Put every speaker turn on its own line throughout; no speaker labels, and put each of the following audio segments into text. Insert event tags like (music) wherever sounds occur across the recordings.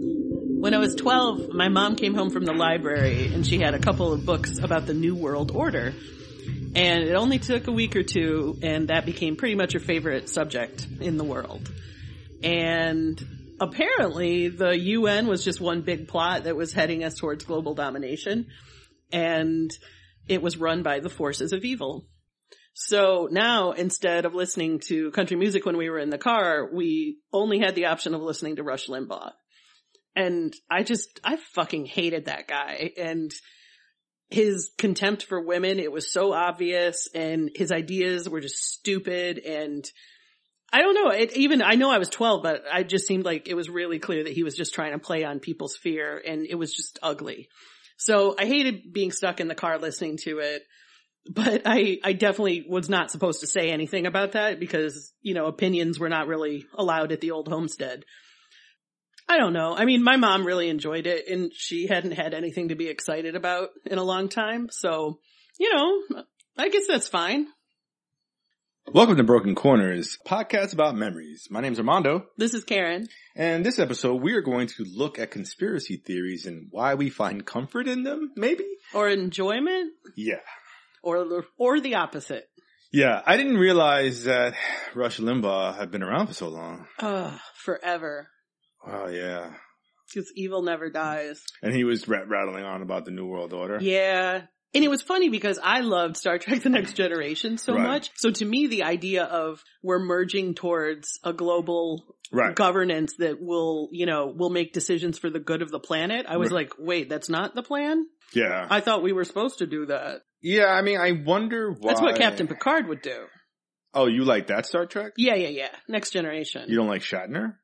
When I was 12, my mom came home from the library and she had a couple of books about the New World Order. And it only took a week or two and that became pretty much her favorite subject in the world. And apparently the UN was just one big plot that was heading us towards global domination. And it was run by the forces of evil. So now instead of listening to country music when we were in the car, we only had the option of listening to Rush Limbaugh. And I just, I fucking hated that guy and his contempt for women. It was so obvious and his ideas were just stupid. And I don't know. It even, I know I was 12, but I just seemed like it was really clear that he was just trying to play on people's fear and it was just ugly. So I hated being stuck in the car listening to it but I, I definitely was not supposed to say anything about that because, you know, opinions were not really allowed at the old homestead. I don't know. I mean, my mom really enjoyed it and she hadn't had anything to be excited about in a long time. So, you know, I guess that's fine.
Welcome to Broken Corners, podcast about memories. My name's Armando,
This is Karen.
and this episode we are going to look at conspiracy theories and why we find comfort in them, maybe?
Or enjoyment
Yeah.
or, or the opposite.
Yeah, I didn't realize that Rush Limbaugh had been around for so long.
Ugh, forever.
Oh yeah.
Cause evil never dies.
And he was rat- rattling on about the New World Order.
Yeah. And it was funny because I loved Star Trek The Next Generation so
Right.
much. So to me, the idea of we're merging towards a global
Right.
governance that will, you know, will make decisions for the good of the planet. I was like, wait, that's not the plan?
Yeah.
I thought we were supposed to do that.
Yeah, I mean, I wonder why.
That's what Captain Picard would do.
Oh, you like that Star Trek?
Yeah, yeah, yeah. Next Generation.
You don't like Shatner?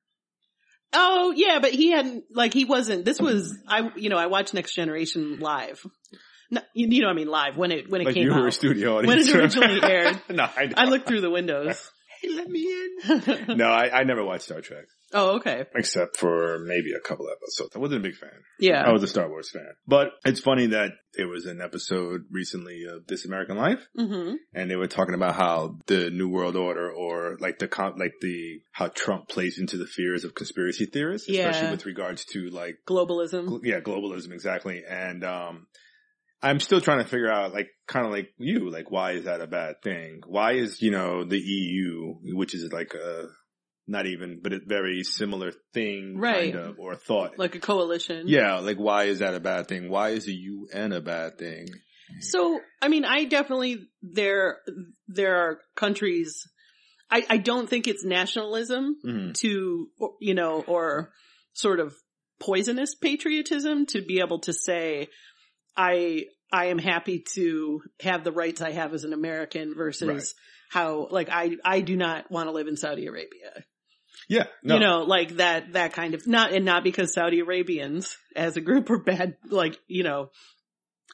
Oh, yeah, but he hadn't, like, he wasn't, this was, I, you know, I watched Next Generation live. No, you, you know, what I mean, live when it, when it
like
came
you
out.
were a (laughs) studio
When
audience.
it originally aired.
(laughs) no, I, know.
I looked through the windows.
(laughs) Hey, let me in. No, I, I never watched Star Trek
(laughs) oh, okay.
except for maybe a couple episodes. I wasn't a big fan.
Yeah.
I was a Star Wars fan, but it's funny that there was an episode recently of This American Life,
hmm
and they were talking about how the New World Order, or like the con- like the how Trump plays into the fears of conspiracy theorists, especially
Yeah.
with regards to like
Globalism.
gl- yeah, globalism exactly. And um I'm still trying to figure out like kind of like you, like why is that a bad thing? Why is, you know, the EU, which is like a not even but a very similar thing
Right.
kind of or thought.
like a coalition.
yeah, like why is that a bad thing? Why is the UN a bad thing?
So, I mean, I definitely, there, there are countries, I, I don't think it's nationalism
Mhm.
to, or- you know, or sort of poisonous patriotism to be able to say, I, I am happy to have the rights I have as an American versus
Right.
how, like, I, I do not want to live in Saudi Arabia.
Yeah, no.
You know, like that, that kind of, not, and not because Saudi Arabians as a group are bad, like, you know,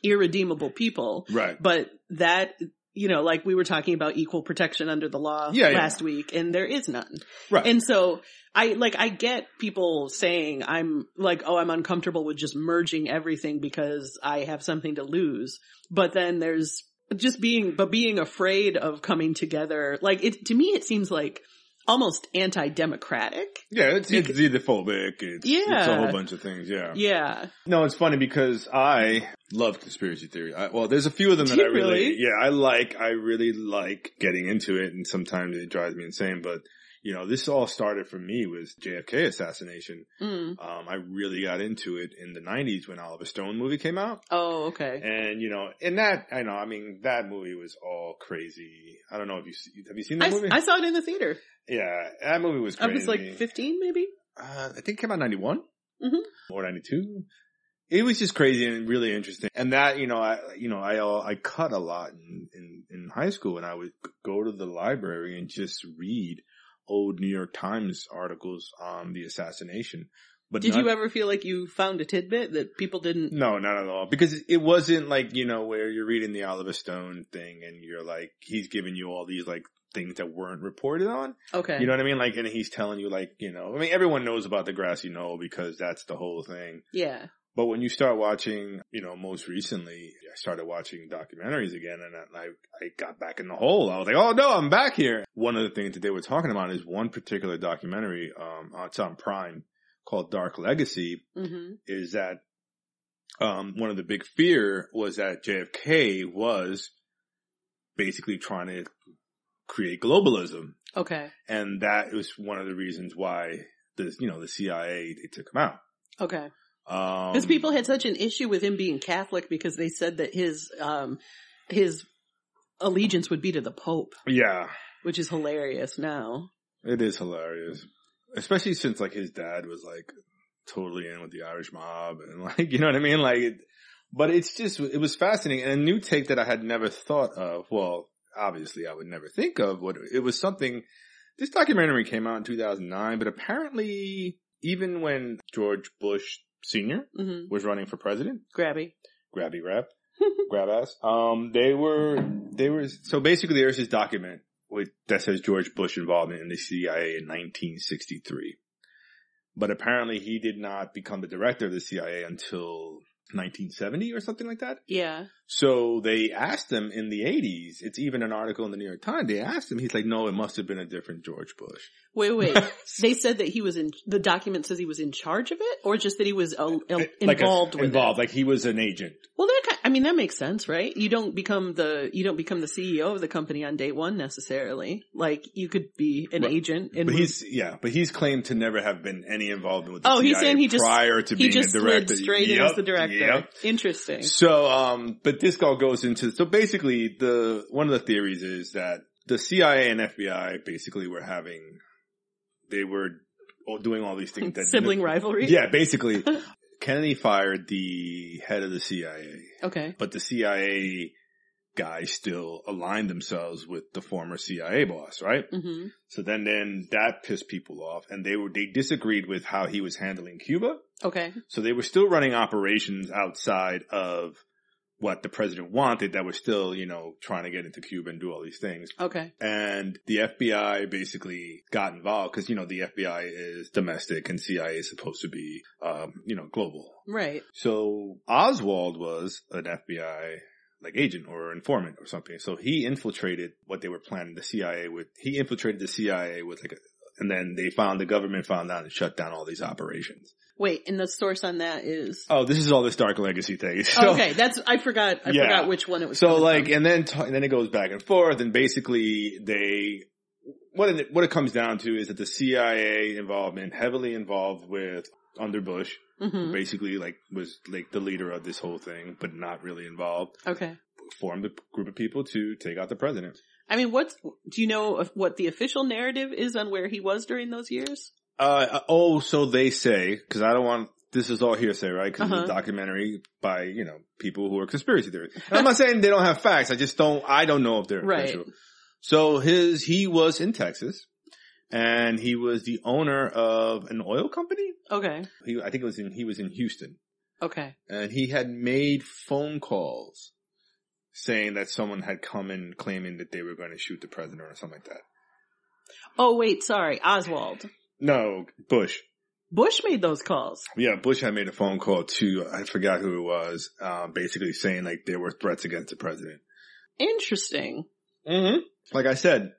irredeemable people
right.
but that you know like we were talking about equal protection under the law
Yeah, yeah.
last week and there is none
Right.
and so i like i get people saying i'm like oh i'm uncomfortable with just merging everything because i have something to lose but then there's just being but being afraid of coming together like it to me it seems like almost anti-democratic
yeah, it's, it's either phobic. It's, it's a
Yeah.
whole bunch of things. Yeah.
yeah
No, it's funny because I love conspiracy theory. I, well, there's a few of them
Do
that
you
I really,
really?
yeah, I like. I really like getting into it, and sometimes it drives me insane. But you know, this all started for me was JFK assassination.
mm.
Um, I really got into it in the '90s when Oliver Stone movie came out,
oh okay
and you know, and that I know, I mean, that movie was all crazy. I don't know if you see- have you seen that
I,
movie?
I saw it in the theater
yeah, that movie was
i
crazy.
was like 15 maybe
uh, I think it came out in 91
Mhm.
or 92. It was just crazy and really interesting. And that, you know, I, you know, I, uh, I cut a lot in, in, in high school and I would go to the library and just read old New York Times articles on the assassination. But
Did
not- Mm.
you ever feel like you found a tidbit that people didn't?
No, not at all. Because it wasn't like, you know, where you're reading the Oliver Stone thing and you're like, he's giving you all these like things that weren't reported on.
Okay.
You know what I mean? Like, and he's telling you, like, you know, I mean, everyone knows about the grassy knoll because that's the whole thing.
yeah.
But when you start watching, you know, most recently, I started watching documentaries again and I, I got back in the hole. I was like, oh no, I'm back here. One of the things that they were talking about is one particular documentary, um, it's on Prime called Dark Legacy
hmm
is that um, one of the big fear was that JFK was basically trying to create globalism,
Okay.
and that was one of the reasons why the you know the CIA they took him out.
Okay.
Um,
Because people had such an issue with him being Catholic because they said that his um his allegiance would be to the Pope,
yeah,
which is hilarious now.
it is hilarious, especially since like his dad was like totally in with the Irish mob, and (laughs) like you know what I mean, like. It, but it's just it was fascinating and a new take that I had never thought of. Well, obviously I would never think of. What it was something. This documentary came out in 2009, but apparently even when George Bush Senior
hmm
was running for president,
Grabby.
grabby
(laughs)
grab, grab ass. Um, they were, they were, so basically there's this document with, that says George Bush involvement in the CIA in 1963. But apparently he did not become the director of the CIA until 1970 or something like that.
Yeah.
So they asked him in the 80s, it's even an article in the New York Times, they asked him, he's like, no, it must have been a different George Bush.
(laughs) Wait, wait.
(laughs)
they said that he was in. The document says he was in charge of it, or just that he was uh, uh,
Like a-
involved with it.
Involved, like he was an agent.
Well, that kind I mean that makes sense, right? You don't become the you don't become the CEO of the company on day one necessarily. Like you could be an
Right.
agent and
But
move-
he's yeah, but he's claimed to never have been any involvement with. The
Oh, he's
CIA
saying he just-
prior to
he
being
just
the
slid
director.
straight in
Yep,
as the director.
yep.
Interesting.
So, um, but this all goes into so basically the one of the theories is that the CIA and FBI basically were having they were all doing all these
(laughs)
things that
Sibling rivalry.
Yeah,
(laughs)
basically, Kennedy fired the head of the CIA,
Okay.
but the CIA guys still aligned themselves with the former CIA boss, right?
hmm
So then, then that pissed people off and they were, they disagreed with how he was handling Cuba.
Okay.
So they were still running operations outside of what the president wanted that were still, you know, trying to get into Cuba and do all these things.
Okay.
And the FBI basically got involved because, you know, the FBI is domestic and CIA is supposed to be, um, you know, global.
Right.
So Oswald was an FBI like agent or informant or something. So he infiltrated what they were planning the CIA with. He infiltrated the CIA with like a, and then they found the government found out and shut down all these operations.
Wait, and the source on that is
Oh, this is all this dark legacy thing.
Oh,
(laughs) So,
okay. That's I forgot. I
Yeah.
forgot which one it was.
So
coming
like,
from.
and then, t- and then it goes back and forth and basically they, what it, what it comes down to is that the CIA involvement heavily involved with under Bush,
Mhm.
basically like was like the leader of this whole thing, but not really involved.
okay.
formed a group of people to take out the president.
I mean, what's do you know of what the official narrative is on where he was during those years?
Uh, oh, so they say, cause I don't want, this is all hearsay, right? because it's a
Uh-huh.
documentary by, you know, people who are conspiracy
(laughs)
theorists. And I'm not saying they don't have facts. I just don't, I don't know if they're
Right.
official. So his, he was in Texas and he was the owner of an oil company.
Okay.
He, I think it was in, he was in Houston
Okay.
and he had made phone calls saying that someone had come in claiming that they were going to shoot the president or something like that.
Oh wait, sorry, Oswald.
No, Bush.
Bush made those calls.
Yeah, Bush had made a phone call to, I forgot who it was, um, basically saying like there were threats against the president.
Interesting.
Mm-hmm. Like I said,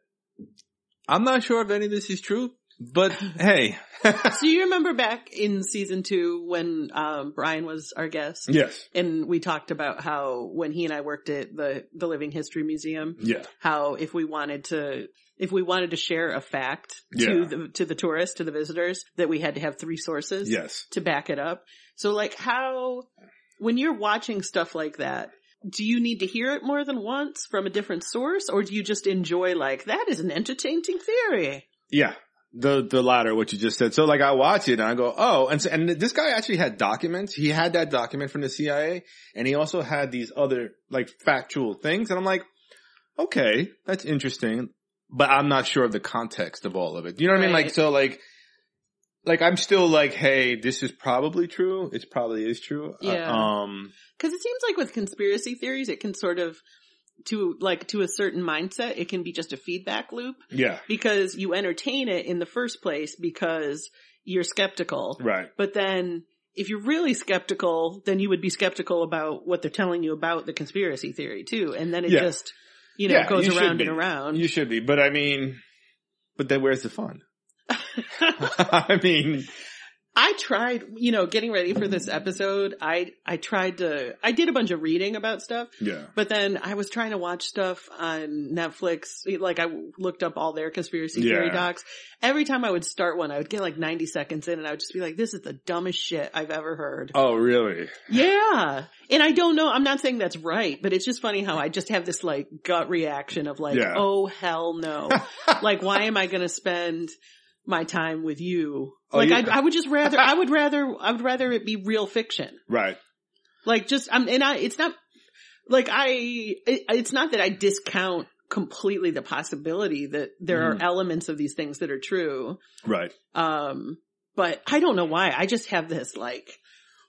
I'm not sure if any of this is true, but hey.
So you remember back in season two when um, Brian was our guest,
yes.
and we talked about how when he and I worked at the the Living History Museum,
Yeah.
how if we wanted to if we wanted to share a fact
Yeah.
to the to the tourists to the visitors that we had to have three sources
Yes.
to back it up. So like how when you're watching stuff like that. Do you need to hear it more than once from a different source or do you just enjoy like that is an entertaining theory?
Yeah. The, the latter, what you just said. So like I watch it and I go, oh, and, so, and this guy actually had documents. He had that document from the CIA and he also had these other like factual things. And I'm like, okay, that's interesting, but I'm not sure of the context of all of it. You know what I mean?
Right.
Like, so like, like I'm still like, hey, this is probably true. It probably is true. Uh,
Yeah.
um,
Cause it seems like with conspiracy theories, it can sort of, to like, to a certain mindset, it can be just a feedback loop
yeah,
because you entertain it in the first place because you're skeptical.
right.
But then if you're really skeptical, then you would be skeptical about what they're telling you about the conspiracy theory too. And then it
Yeah.
just, you know,
Yeah,
goes
you should
around
be.
and around.
You should
(laughs)
be, (laughs) but I mean, but then where's the fun? I mean,
I tried, you know, getting ready for this episode, I, I tried to, I did a bunch of reading about stuff,
Yeah.
but then I was trying to watch stuff on Netflix. Like I looked up all their conspiracy theory
Yeah.
docs. Every time I would start one, I would get like 90 seconds in and I would just be like, this is the dumbest shit I've ever heard.
Oh, really?
Yeah. And I don't know, I'm not saying that's right, but it's just funny how I just have this like gut reaction of like,
Yeah.
oh hell
(laughs)
no. like why am I going to spend my time with you?
Oh,
Like
you-
I, I would just rather, I would rather, I would rather it be real fiction.
Right.
Like just, I'm, and I, it's not, like I, it, it's not that I discount completely the possibility that there are
Mhm.
elements of these things that are true.
Right.
Um, but I don't know why. I just have this like,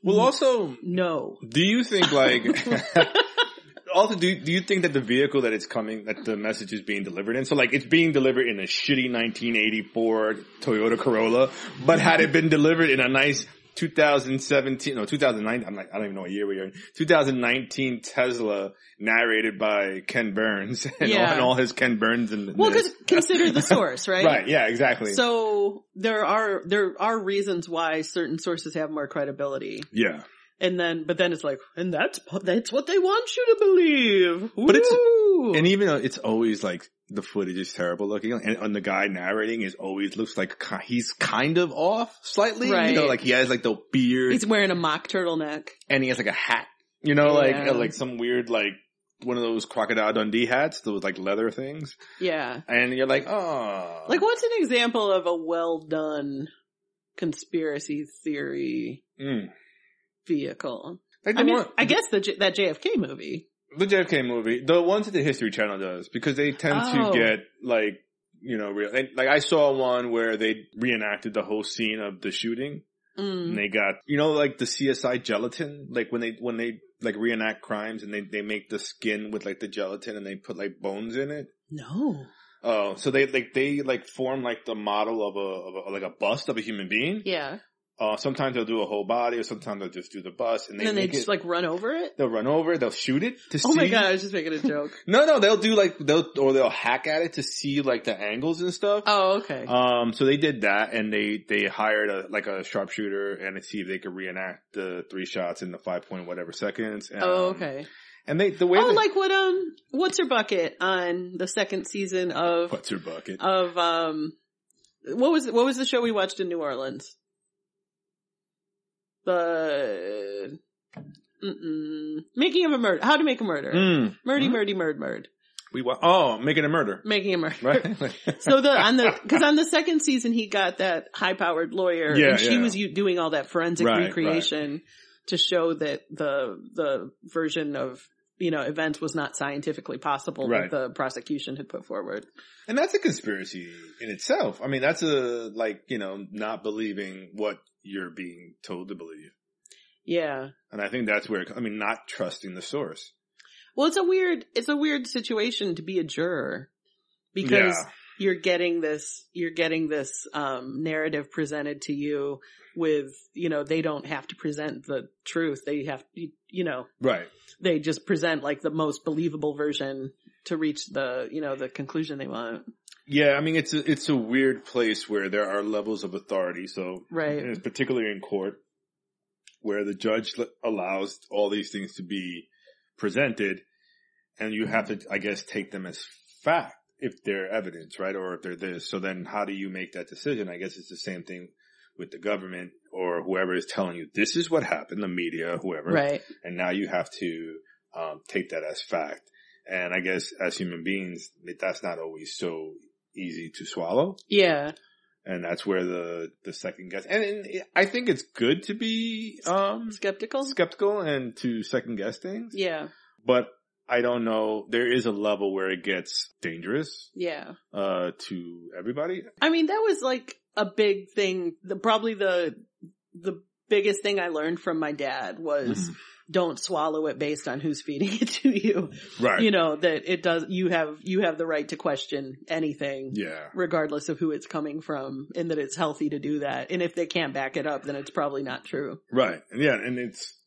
Hmm.
Well, also,
no.
do you think
(laughs)
like, also do, do you think that the vehicle that it's coming, that the message is being delivered in? So like it's being delivered in a shitty 1984 Toyota Corolla, but had it been delivered in a nice 2017, no, 2009, I'm like, I don't even know what year we are in, 2019 Tesla narrated by Ken Burns (laughs) and, all,
Yeah.
and all his Ken Burns and
Well, cause consider the source, right?
(laughs) Right, yeah, exactly.
So there are, there are reasons why certain sources have more credibility.
yeah.
And then, but then it's like, and that's, that's what they want you to believe.
But it's-
Woo!
And even though it's always like the footage is terrible looking, and, and the guy narrating is always looks like ki- he's kind of off slightly. You know,
Right.
like he has like the beard
he's wearing a mock turtleneck.
and he has like a hat. You know, like
Yeah.
like some weird like one of those crocodile Dundee hats, those like leather things.
Yeah.
And you're like, oh,
Like what's an example of a well done conspiracy theory
Mm.
vehicle?
Like the,
I mean,
one,
I guess the J- that JFK movie.
the JFK movie, the ones that the History Channel does, because they tend
Oh.
to get like. You know, real, and, like I saw one where they reenacted the whole scene of the shooting.
Mm.
And they got, you know, like the CSI gelatin, like when they, when they like reenact crimes and they, they make the skin with like the gelatin and they put like bones in it.
No.
Oh, so they like, they like form like the model of a, of a like a bust of a human being.
Yeah.
Uh, sometimes they'll do a whole body or sometimes they'll just do the bust and
And
they
then they
make
just
it,
like run over it.
they'll run over, they'll shoot it to
Oh
see.
my god, I was just making a joke.
No, no, they'll do like, they'll, or they'll hack at it to see like the angles and stuff.
(laughs) oh, okay.
Um, so they did that and they, they hired a, like a sharpshooter and to see if they could reenact the three shots in the five point whatever seconds. Um,
oh, okay.
And they, the way
Oh,
they,
like what um what's her bucket on the second season of
what's her bucket?
of um what was what was the show we watched in New Orleans? The mm-mm. Making of a Murder. How to Make a Murder.
Mm,
Murdy,
Mhm.
murdy, murd, murd.
we wa- oh, making
(laughs)
a murder,
Making a Murder.
right? (laughs)
So the on the because on the second season he got that high powered lawyer
Yeah,
and she
yeah.
was u- doing all that forensic
Right, right.
recreation to show that the the version of you know events was not scientifically possible
Right.
that the prosecution had put forward.
and that's a conspiracy in itself. I mean, that's a, like, you know, not believing what you're being told to believe.
Yeah.
And I think that's where, it, I mean, not trusting the source.
Well, it's a weird, it's a weird situation to be a juror because
Yeah.
you're getting this, you're getting this, um, narrative presented to you with, you know, they don't have to present the truth. They have, you, you know,
Right.
they just present like the most believable version to reach the, you know, the conclusion they want.
Yeah, I mean it's a, it's a weird place where there are levels of authority. So
Right.
and it's particularly in court where the judge l- allows all these things to be presented, and you have to, I guess, take them as fact if they're evidence, right, or if they're this. So then, how do you make that decision? I guess it's the same thing with the government or whoever is telling you this is what happened, the media, whoever,
Right.
and now you have to um, take that as fact. And I guess as human beings, that- that's not always so easy to swallow,
Yeah.
and that's where the the second guess. And, and it- I think it's good to be um,
Skeptical.
skeptical and to second guess things,
Yeah.
but I don't know. There is a level where it gets dangerous
Yeah.
uh, to everybody.
I mean, that was like a big thing. The, probably the, the biggest thing I learned from my dad was
Mm-hmm.
don't swallow it based on who's feeding it to you.
Right?
You know, that it does, you have, you have the right to question anything.
yeah.
Regardless of who it's coming from and that it's healthy to do that. And if they can't back it up, then it's probably not true.
Right. And yeah, and it's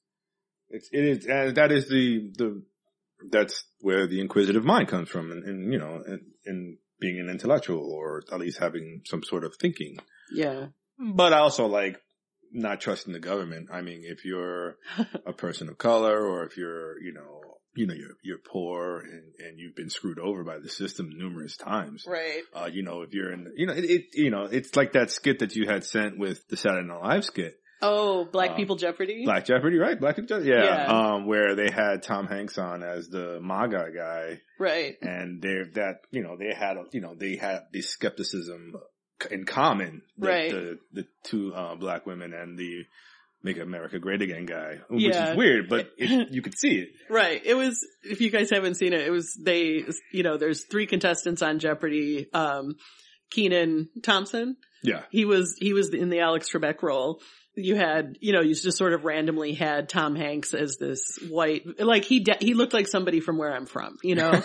it's it is and that is the the that's where the inquisitive mind comes from and, and you know and, and being an intellectual or at least having some sort of thinking.
Yeah.
But I also like not trusting the government. I mean, if you're a person of color or if you're, you know, you know, you're, you're poor and, and you've been screwed over by the system numerous times.
Right.
Uh, you know, if you're in, you know, it, it, you know, it's like that skit that you had sent with the Saturday Night Live skit.
Oh, Black
Uh,
People Jeopardy?
Black Jeopardy, right? Black People Jeopardy. Yeah.
Yeah.
Um, where they had Tom Hanks on as the MAGA guy
Right.
and they're that, you know, they had, you know, they had this skepticism in common. that
Right.
The, the two, uh, black women and the Make America Great Again guy, which
Yeah.
is weird,
(laughs)
but it, you could see it.
Right. It was, if you guys haven't seen it, it was they, you know, there's three contestants on Jeopardy. Um, Keenan Thompson.
Yeah.
He was, he was in the Alex Trebek role. You had, you know, you just sort of randomly had Tom Hanks as this white, like he, de- he looked like somebody from where I'm from, you know,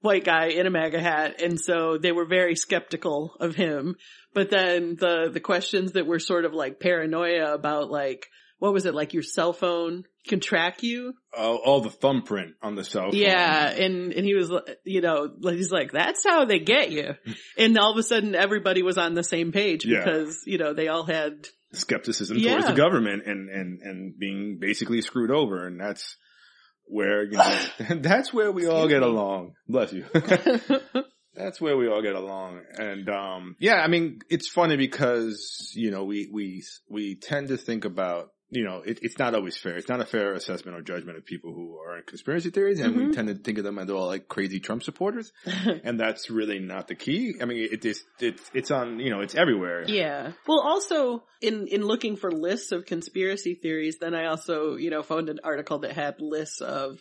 white guy in a MAGA hat. And so they were very skeptical of him. But then the, the questions that were sort of like paranoia about like, what was it? Like your cell phone can track you.
Oh, all the thumbprint on the cell phone.
Yeah, and and he was, li- you know, like he's like, that's how they get you. And all of a sudden, everybody was on the same page
Yeah.
because you know they all had
skepticism
Yeah.
towards the government and, and, and being basically screwed over. And that's where, you
(laughs)
know, (laughs) that's where we all
Excuse
get
me.
along.
(laughs)
Bless you. that's where we all get along. And, um, yeah, I mean, it's funny because, you know, we, we, we tend to think about, you know, it, it's not always fair. It's not a fair assessment or judgment of people who are in conspiracy theories and we
Mhm.
tend to think of them as all like crazy
(laughs)
Trump supporters. and that's really not the key. I mean, it is, it's, it's on, you know, it's everywhere.
yeah. Well, also in in looking for lists of conspiracy theories, then I also you know found an article that had lists of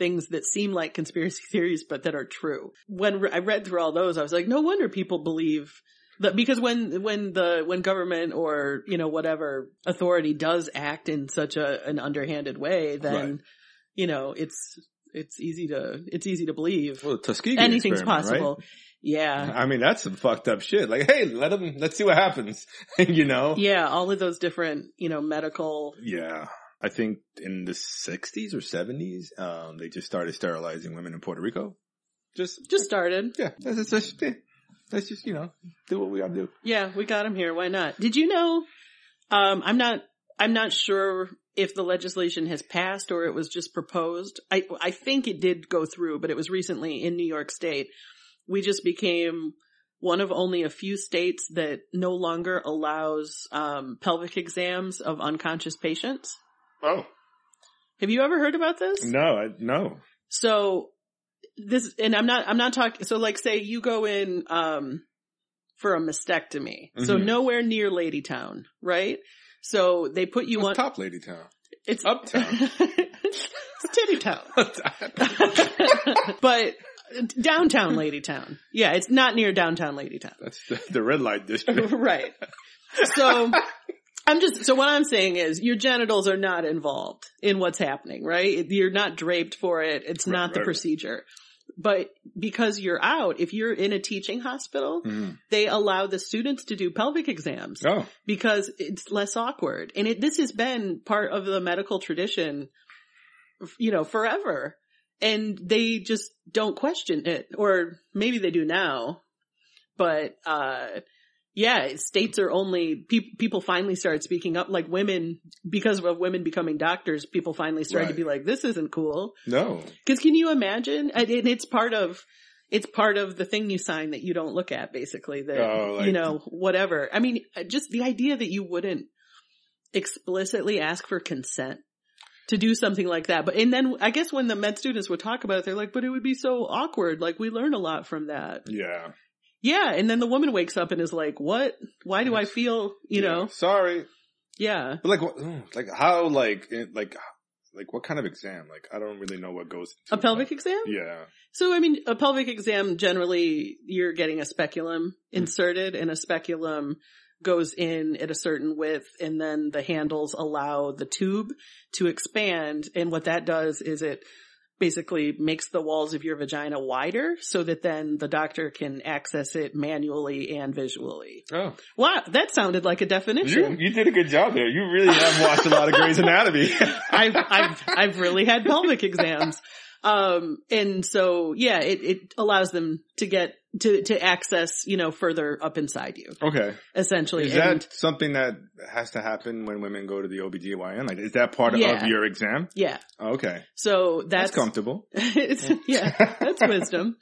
things that seem like conspiracy (laughs) theories but that are true. When re- I read through all those, I was like, no wonder people believe The, because when when the when government or you know whatever authority does act in such a an underhanded way, then
Right.
you know it's it's easy to it's easy to believe
Well, the Tuskegee
anything's
experiment, right?
possible. Yeah,
I mean, that's some fucked up shit. Like, hey, let them, let's see what happens. (laughs) you know?
yeah, all of those different you know medical.
Yeah. I think in the 60s or 70s, um, they just started sterilizing women in Puerto Rico. Just,
Just started.
yeah, that's, that's, that's, yeah. Let's just, you know, do what we gotta do.
Yeah, we got him here. Why not? Did you know? Um, I'm not. I'm not sure if the legislation has passed or it was just proposed. I I think it did go through, but it was recently in New York State. We just became one of only a few states that no longer allows um, pelvic exams of unconscious patients.
Oh.
Have you ever heard about this?
No, I, no.
So this, and I'm not, I'm not talking, so like say you go in, um, for a mastectomy. So
Mhm.
nowhere near Ladytown, right? So they put you
What's
on,
top lady town? (laughs)
it's
uptown?
(laughs) it's titty town. (laughs) but uh, downtown Ladytown. Yeah, it's not near downtown Ladytown.
that's the, the red light district.
(laughs) right. So I'm just so what I'm saying is your genitals are not involved in what's happening, right? You're not draped for it. It's
Right,
not the
right.
procedure. But because you're out, if you're in a teaching hospital,
Mhm.
they allow the students to do pelvic exams
Oh,
because it's less awkward. And it, this has been part of the medical tradition, f- you know, forever. And they just don't question it, or maybe they do now, but, uh, yeah, states are only, peop people finally started speaking up, like women, because of women becoming doctors, people finally started to
Right.
be like, this isn't cool.
no.
Cause can you imagine? And it- it's part of, it's part of the thing you sign that you don't look at basically that,
Oh, like-
you know, whatever. I mean, uh, just the idea that you wouldn't explicitly ask for consent to do something like that. But, and then I guess when the med students would talk about it, they're like, but it would be so awkward. Like we learn a lot from that.
Yeah.
Yeah. And then the woman wakes up and is like, what? Why do I feel, you
Yeah.
know?
Sorry.
Yeah.
But like, what, mm, like how, like, it- like, like what kind of exam? Like, I don't really know what goes.
A
into
pelvic
that.
exam?
Yeah.
So, I mean, a pelvic exam generally you're getting a speculum inserted and a speculum goes in at a certain width and then the handles allow the tube to expand. And what that does is it basically makes the walls of your vagina wider so that then the doctor can access it manually and visually.
Oh,
Wow. That sounded like a
you,
definition.
you did a good job there. You really have watched a lot of Grey's Anatomy.
I've, I've, I've really had pelvic exams. Um, and so, yeah, it, it allows them to get, to, to access, you know, further up inside you,
Okay.
essentially.
Is
And-
that something that has to happen when women go to the OBGYN? Like, is that part
Yeah.
of your exam?
yeah.
Okay.
So that's,
That's comfortable.
it's, (laughs) yeah, that's wisdom.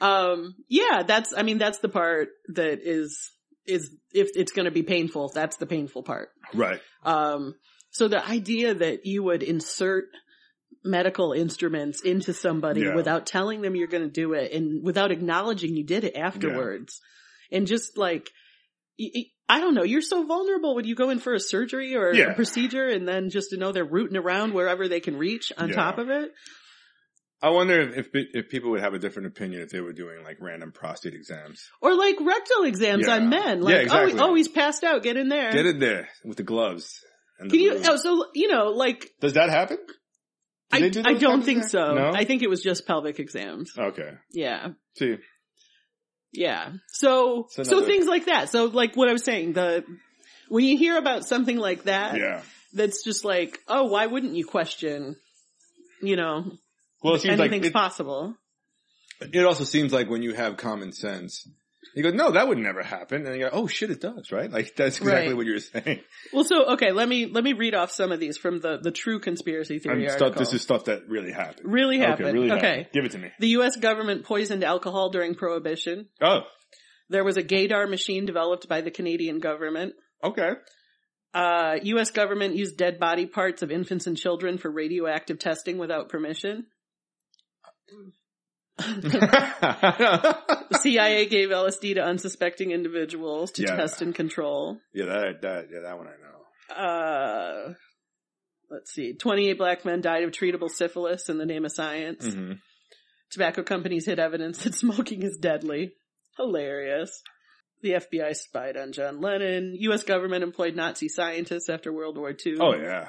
Um, yeah, that's, I mean, that's the part that is, is, if it's going to be painful, that's the painful part.
(laughs) Right.
Um, so the idea that you would insert medical instruments into somebody
Yeah.
without telling them you're going to do it and without acknowledging you did it afterwards and just like, y- y- I don't know, you're so vulnerable when you go in for a surgery or
Yeah.
a procedure and then just to know they're rooting around wherever they can reach on
Yeah.
top of it.
I wonder if, if if people would have a different opinion if they were doing like random prostate exams.
Or like rectal exams
Yeah.
on men.
Yeah,
Like,
exactly.
oh, oh, he's passed out, get in there.
Get in there with the gloves. And the
Um, Can you,
balloon.
oh, so, you know, like,
Does that happen? Do
I,
they do
I
those
don't
types of
think
things?
so.
No?
I think it was just pelvic exams.
Okay.
Yeah.
See,
Yeah. So
It's another-
so things like that. So like what I was saying, the when you hear about something like that,
yeah.
that's just like, oh, why wouldn't you question? You know,
Well, it seems like
anything's
it,
possible.
it also seems like when you have common sense, you go, no, that would never happen. And you go, oh shit, it does, right? Like that's exactly
Right.
what you were
(laughs)
saying.
Well, so okay, let me let me read off some of these from the the true conspiracy theory
And stuff,
article.
this is stuff that really happened.
really happened.
Okay,
Okay,
really happened. Give it to me.
the U.S. government poisoned alcohol during Prohibition.
Oh,
There was a gaydar machine developed by the Canadian government. (laughs)
okay. (laughs)
Uh, U.S. government used dead body parts of infants and children for radioactive testing without permission.
yeah,
The CIA gave LSD to unsuspecting individuals to
Yeah.
test and control.
that, that, yeah, that one I know.
Uh, let's see. 28 black men died of treatable syphilis in the name of science.
Mm-hmm.
Tobacco companies hid evidence that (laughs) smoking is deadly. Hilarious. The FBI spied on John Lennon. U.S. government employed Nazi scientists after World War II.
Oh yeah.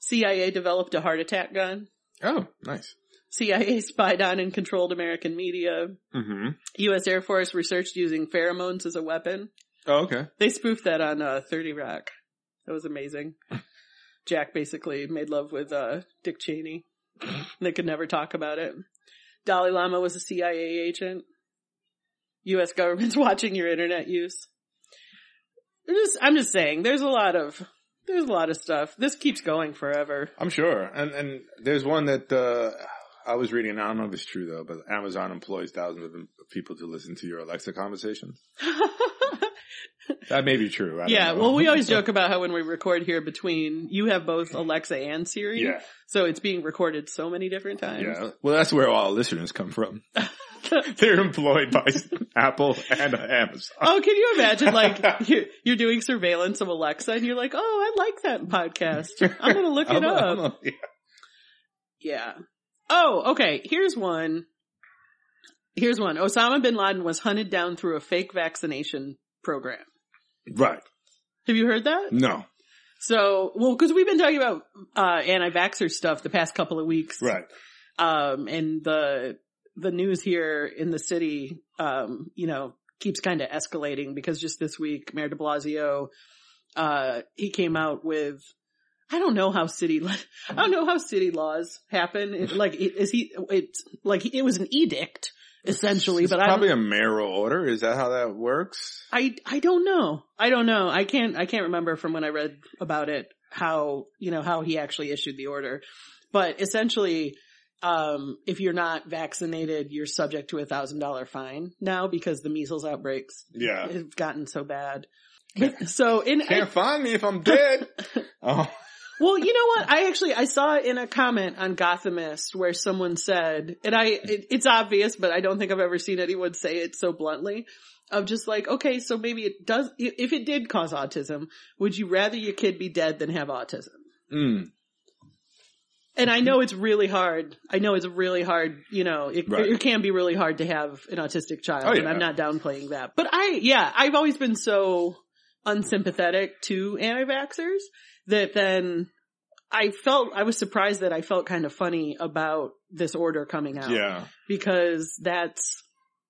CIA developed a heart attack gun.
Oh, nice.
CIA (laughs) spied on and controlled American media.
Mm-hmm.
U.S. Air Force researched using pheromones as a weapon.
Oh, okay.
They spoofed that on uh, 30 Rock. That was amazing. (laughs) Jack basically made love with uh, Dick Cheney. They could never talk about it. Dalai Lama was a CIA agent. U.S. government's (laughs) watching your internet use. I'm just, I'm just saying, there's a lot of, there's a lot of stuff. This keeps going forever.
I'm sure. And and there's one that uh I was reading. I don't know if it's true though, but Amazon employs thousands of em- people to listen to your
(laughs)
Alexa conversations. That may be true. I don't
yeah,
know.
well,
(laughs)
we always joke about how when we record here between, you have both Alexa and Siri.
Yeah,
So it's being recorded so many different times.
yeah. Well, that's where all listeners come from. (laughs) They're employed by (laughs) Apple and Amazon.
Oh, can you imagine?
(laughs)
Like you're, you're doing surveillance of Alexa, and you're like, "Oh, I like that podcast. I'm gonna look it
(laughs) I'm-
up."
I'm a- yeah.
Yeah. Oh, okay. Here's one. Here's one. Osama bin Laden was hunted down through a fake vaccination program.
Right.
Have you heard that?
No.
So, well, because we've been talking about uh, anti-vaxxer stuff the past couple of weeks,
Right.
um, and the the news here in the city, um, you know, keeps kind of escalating because just this week, Mayor De Blasio, uh, he came out with, I don't know how city, (laughs) I don't know how city laws happen. It- like, it- is he? It's like it was an edict essentially,
It's
but I
probably
don't,
a mayoral order. Is that how that works?
I I don't know. I don't know. I can't I can't remember from when I read about it how you know how he actually issued the order, but essentially, um, if you're not vaccinated, you're subject to a thousand dollar fine now because the measles outbreaks
Yeah.
have gotten so bad. So in
Can't find me if
(laughs)
I'm dead. oh,
well, you know what? I actually I saw it in a comment on Gothamist where someone said, and I it, it's obvious, but I don't think I've ever seen anyone say it so bluntly. Of just like, okay, so maybe it does. i- If it did cause autism, would you rather your kid be dead than have autism?
Mm.
And I know it's really hard. I know it's really hard. You know, it,
Right.
it can be really hard to have an autistic child,
Oh,
and
yeah.
I'm not downplaying that. But I, yeah, I've always been so unsympathetic to anti-vaxxers that then I felt, I was surprised that I felt kind of funny about this order coming out
yeah.
because that's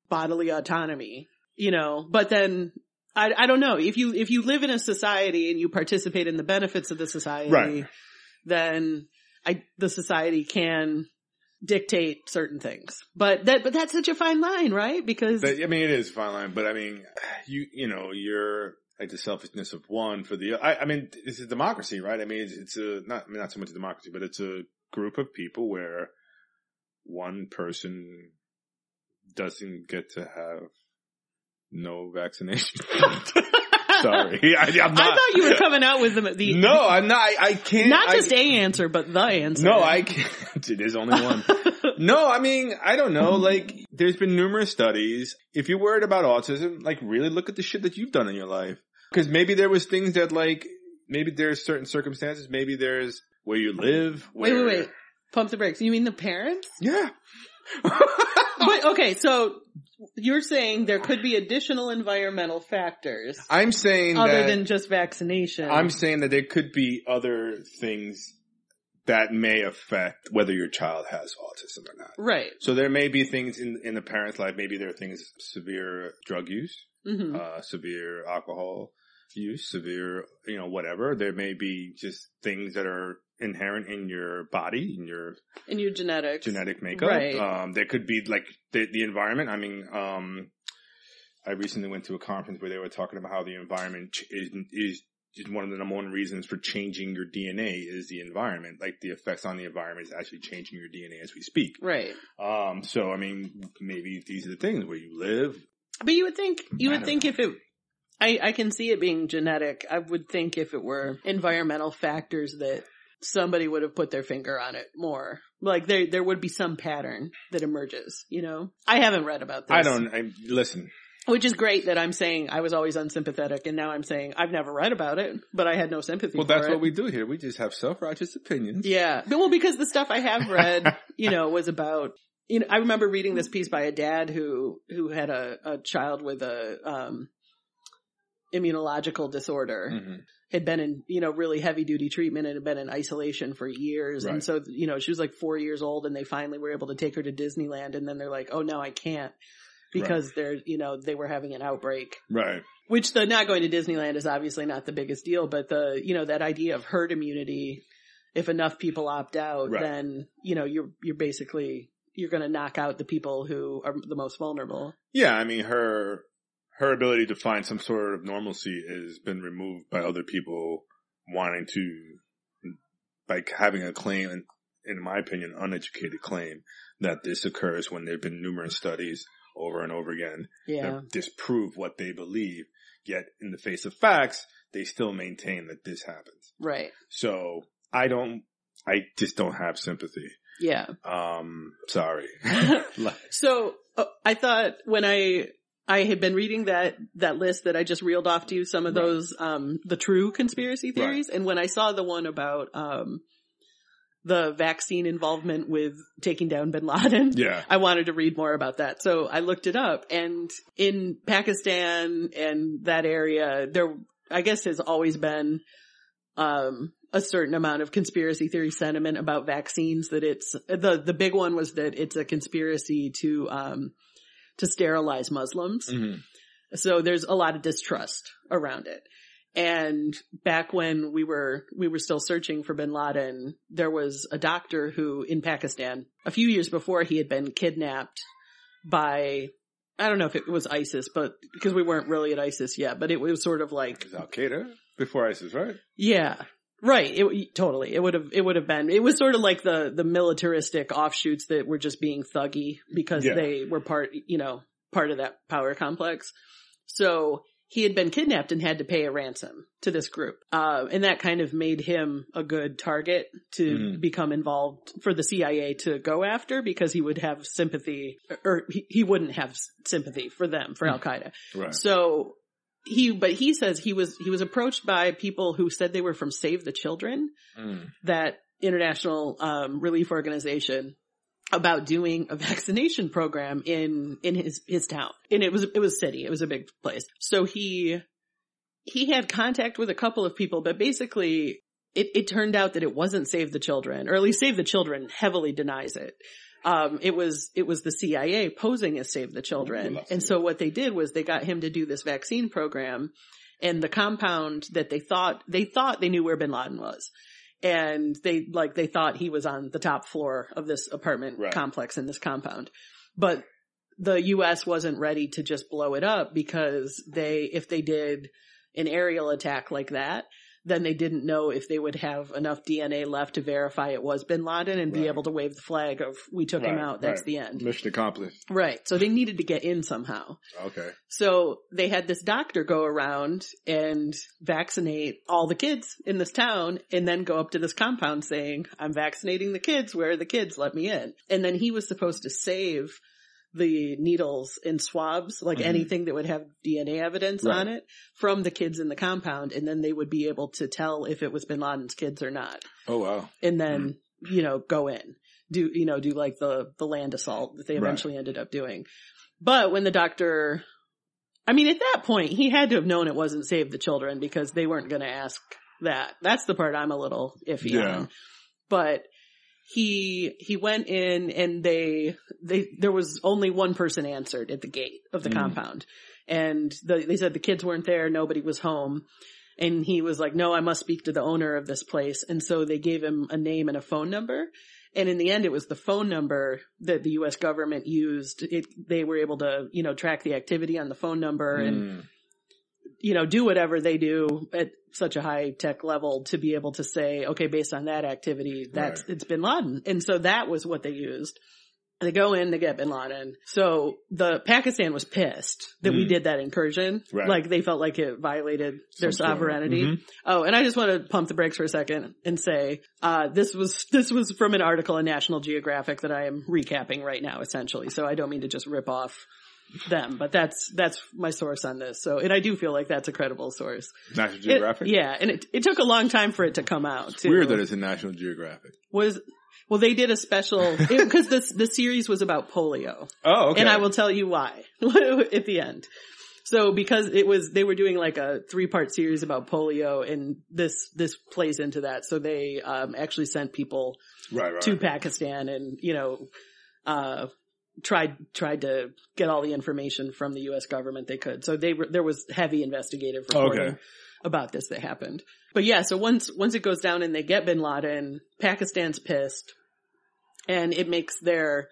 bodily autonomy, you know, but then I, I don't know. If you, if you live in a society and you participate in the benefits of the society,
Right.
then I, the society can dictate certain things. But that, but that's such a fine line, right? Because (laughs)
But, I mean, it is a fine line, but I mean, you, you know, you're like the selfishness of one for the, I, I mean, this is democracy, right? I mean, it's, it's a, not, I mean, not so much a democracy, but it's a group of people where one person doesn't get to have no vaccination. (laughs) Sorry. (laughs) I, am
I
not.
thought you were coming out with the, the
(laughs) no, I'm not. I, I can't.
not
I-
just a answer, but the answer.
No, I can't. (laughs) There's only one. no, I mean, I
(laughs)
don't know. Like, there's been numerous studies. If you're worried about autism, like, really look at the shit that you've done in your life. Cause maybe there was things that like, maybe there's certain circumstances, maybe there's where you live.
wait,
Where,
wait, wait. Pump the brakes. You mean the parents?
Yeah.
But okay, so you're saying there could be additional environmental factors
I'm saying
other
that,
than just vaccination.
I'm saying that there could be other things that may affect whether your child has autism or not.
right.
So there may be things in, in the parent's life, maybe there are things severe drug use.
hmm
uh, severe alcohol use, severe, you know, whatever. There may be just things that are inherent in your body, in your
In your genetics.
genetic makeup.
Right.
Um, there could be like the, the environment. I mean, um, I recently went to a conference where they were talking about how the environment ch- is, is, is one of the number one reasons for changing your DNA is the environment. Like the effects on the environment is actually changing your DNA as we speak.
Right.
Um, so I mean, maybe these are the things where you live.
But you would think, you
I
would
don't
think if it, I, I can see it being genetic. I would think if it were environmental factors that somebody would have put their finger on it more. Like there, there would be some pattern that emerges, you know? I haven't read about this.
I don't, I, listen,
Which is great that I'm saying I was always unsympathetic and now I'm saying I've never read about it, but I had no sympathy
Well,
for
that's
it.
what we do here. We just have self-righteous opinions.
Yeah. But- Well, because the stuff I have read, you know, was about, you know, I remember reading this piece by a dad who, who had a, a child with a, um, immunological disorder
Mhm.
had been in, you know, really heavy duty treatment and had been in isolation for years. And
Right.
so, you know, she was like four years old and they finally were able to take her to Disneyland. And then they're like, Oh no, I can't because they're, you know, they were having an outbreak
Right.
which the not going to Disneyland is obviously not the biggest deal, but the, you know, that idea of herd immunity, if enough people opt out,
Right.
then, you know, you're, you're basically, you're going to knock out the people who are the most vulnerable.
Yeah, I mean her her ability to find some sort of normalcy has been removed by other people wanting to like having a claim and in my opinion uneducated claim that this occurs when there've been numerous studies over and over again
Yeah.
that disprove what they believe yet in the face of facts they still maintain that this happens.
Right.
So, I don't I just don't have sympathy. (laughs)
Yeah.
Um
(laughs)
sorry.
So uh, I thought when I, I had been reading that, that list that I just reeled off to you, some of
Right.
those, um, the true conspiracy
Right.
theories. And when I saw the one about, um, the vaccine involvement with taking down bin Laden.
yeah.
I wanted to read more about that. So I looked it up and in Pakistan and that area, there, I guess has always been, um, a certain amount of conspiracy theory sentiment about vaccines that it's, the, the big one was that it's a conspiracy to, um, to sterilize Muslims.
Mhm.
So there's a lot of distrust around it. And back when we were, we were still searching for bin Laden, there was a doctor who in Pakistan, a few years before he had been kidnapped by, I don't know if it was ISIS, but because we weren't really at ISIS yet, but it was sort of like,
It was Al Qaeda before ISIS, right?
yeah, right. It totally, it would have, it would have been, it was sort of like the, the militaristic offshoots that were just being thuggy because
Yeah.
they were part, you know, part of that power complex. So he had been kidnapped and had to pay a ransom to this group. Uh, and that kind of made him a good target to
Mhm.
become involved for the CIA to go after because he would have sympathy or he, he wouldn't have s- sympathy for them, for
Mhm.
Al Qaeda.
Right.
So he, but he says he was, he was approached by people who said they were from Save the Children, that international, um, relief organization about doing a (laughs) vaccination program in, in his, his town. And it was, it was city. It was a big place. So he, he had contact with a couple of people, but basically it, it turned out that it wasn't Save the Children, or at least Save the Children heavily denies it. Um, it was, it was the CIA posing as Save the
Ooh,
Children.
that's
And so what they did was they got him to do this vaccine program and the compound that they thought, they thought they knew where bin Laden was. and they like they thought he was on the top floor of this apartment
Right.
complex in this compound but the US wasn't ready to just blow it up because they if they did an aerial attack like that then they didn't know if they would have enough DNA left to verify it was bin Laden and be
Right.
able to wave the flag of we took him
Right,
out that's
right.
the end
Mission accomplished.
right so they needed to get in somehow
Okay.
so they had this doctor go around and vaccinate all the kids in this town and then go up to this compound saying, I'm vaccinating the kids. Where are the kids? Let me in. And then he was supposed to save the needles and swabs, like
Mhm.
anything that would have DNA evidence
Right.
on it from the kids in the compound. And then they would be able to tell if it was bin Laden's kids or not
Oh wow.
and then
Mm-hmm.
you know go in do you know do like the the land assault that they
Right.
eventually ended up doing but when the doctor i mean at that point he had to have known it wasn't save the children because they weren't going to ask that that's the part i'm a little iffy
Yeah.
on but he he went in and they they there was only one person answered at the gate of the
Mm.
compound and the, they said the kids weren't there nobody was home and he was like no i must speak to the owner of this place and so they gave him a name and a phone number and in the end it was the phone number that the us government used it they were able to you know track the activity on the phone number and
Mm.
you know, do whatever they do at such a high tech level to be able to say, okay, based on that activity, that's, it's bin Laden. And so that was what they used. They go in, they get bin Laden. So the Pakistan was pissed that we
Mm.
did that incursion.
Right.
Like they felt like it violated their
Some sort of-
sovereignty.
Mhm.
Oh, and I just want to pump the brakes for a second and say, uh, this was, this was from an article in National Geographic that I am recapping right now, essentially. So I don't mean to just rip off them, but that's, that's my source on this. So, and I do feel like that's a credible source.
National
It-
Geographic.
yeah. And it, it took a long time for it to come out. Too.
Weird that it's in National Geographic.
was, well, they did a special, because this, the series was about polio.
Oh, okay.
And I will tell you why (laughs) at the end. So because it was, they were doing like a three part series about polio and this, this plays into that. So they, um, actually sent people
Right, right.
to Pakistan and, you know, uh, tried, tried to get all the information from the U.S. government they could. So they were, there was heavy investigative reporting
Okay.
about this that happened. But yeah, so once, once it goes down and they get bin Laden, Pakistan's pissed and it makes their,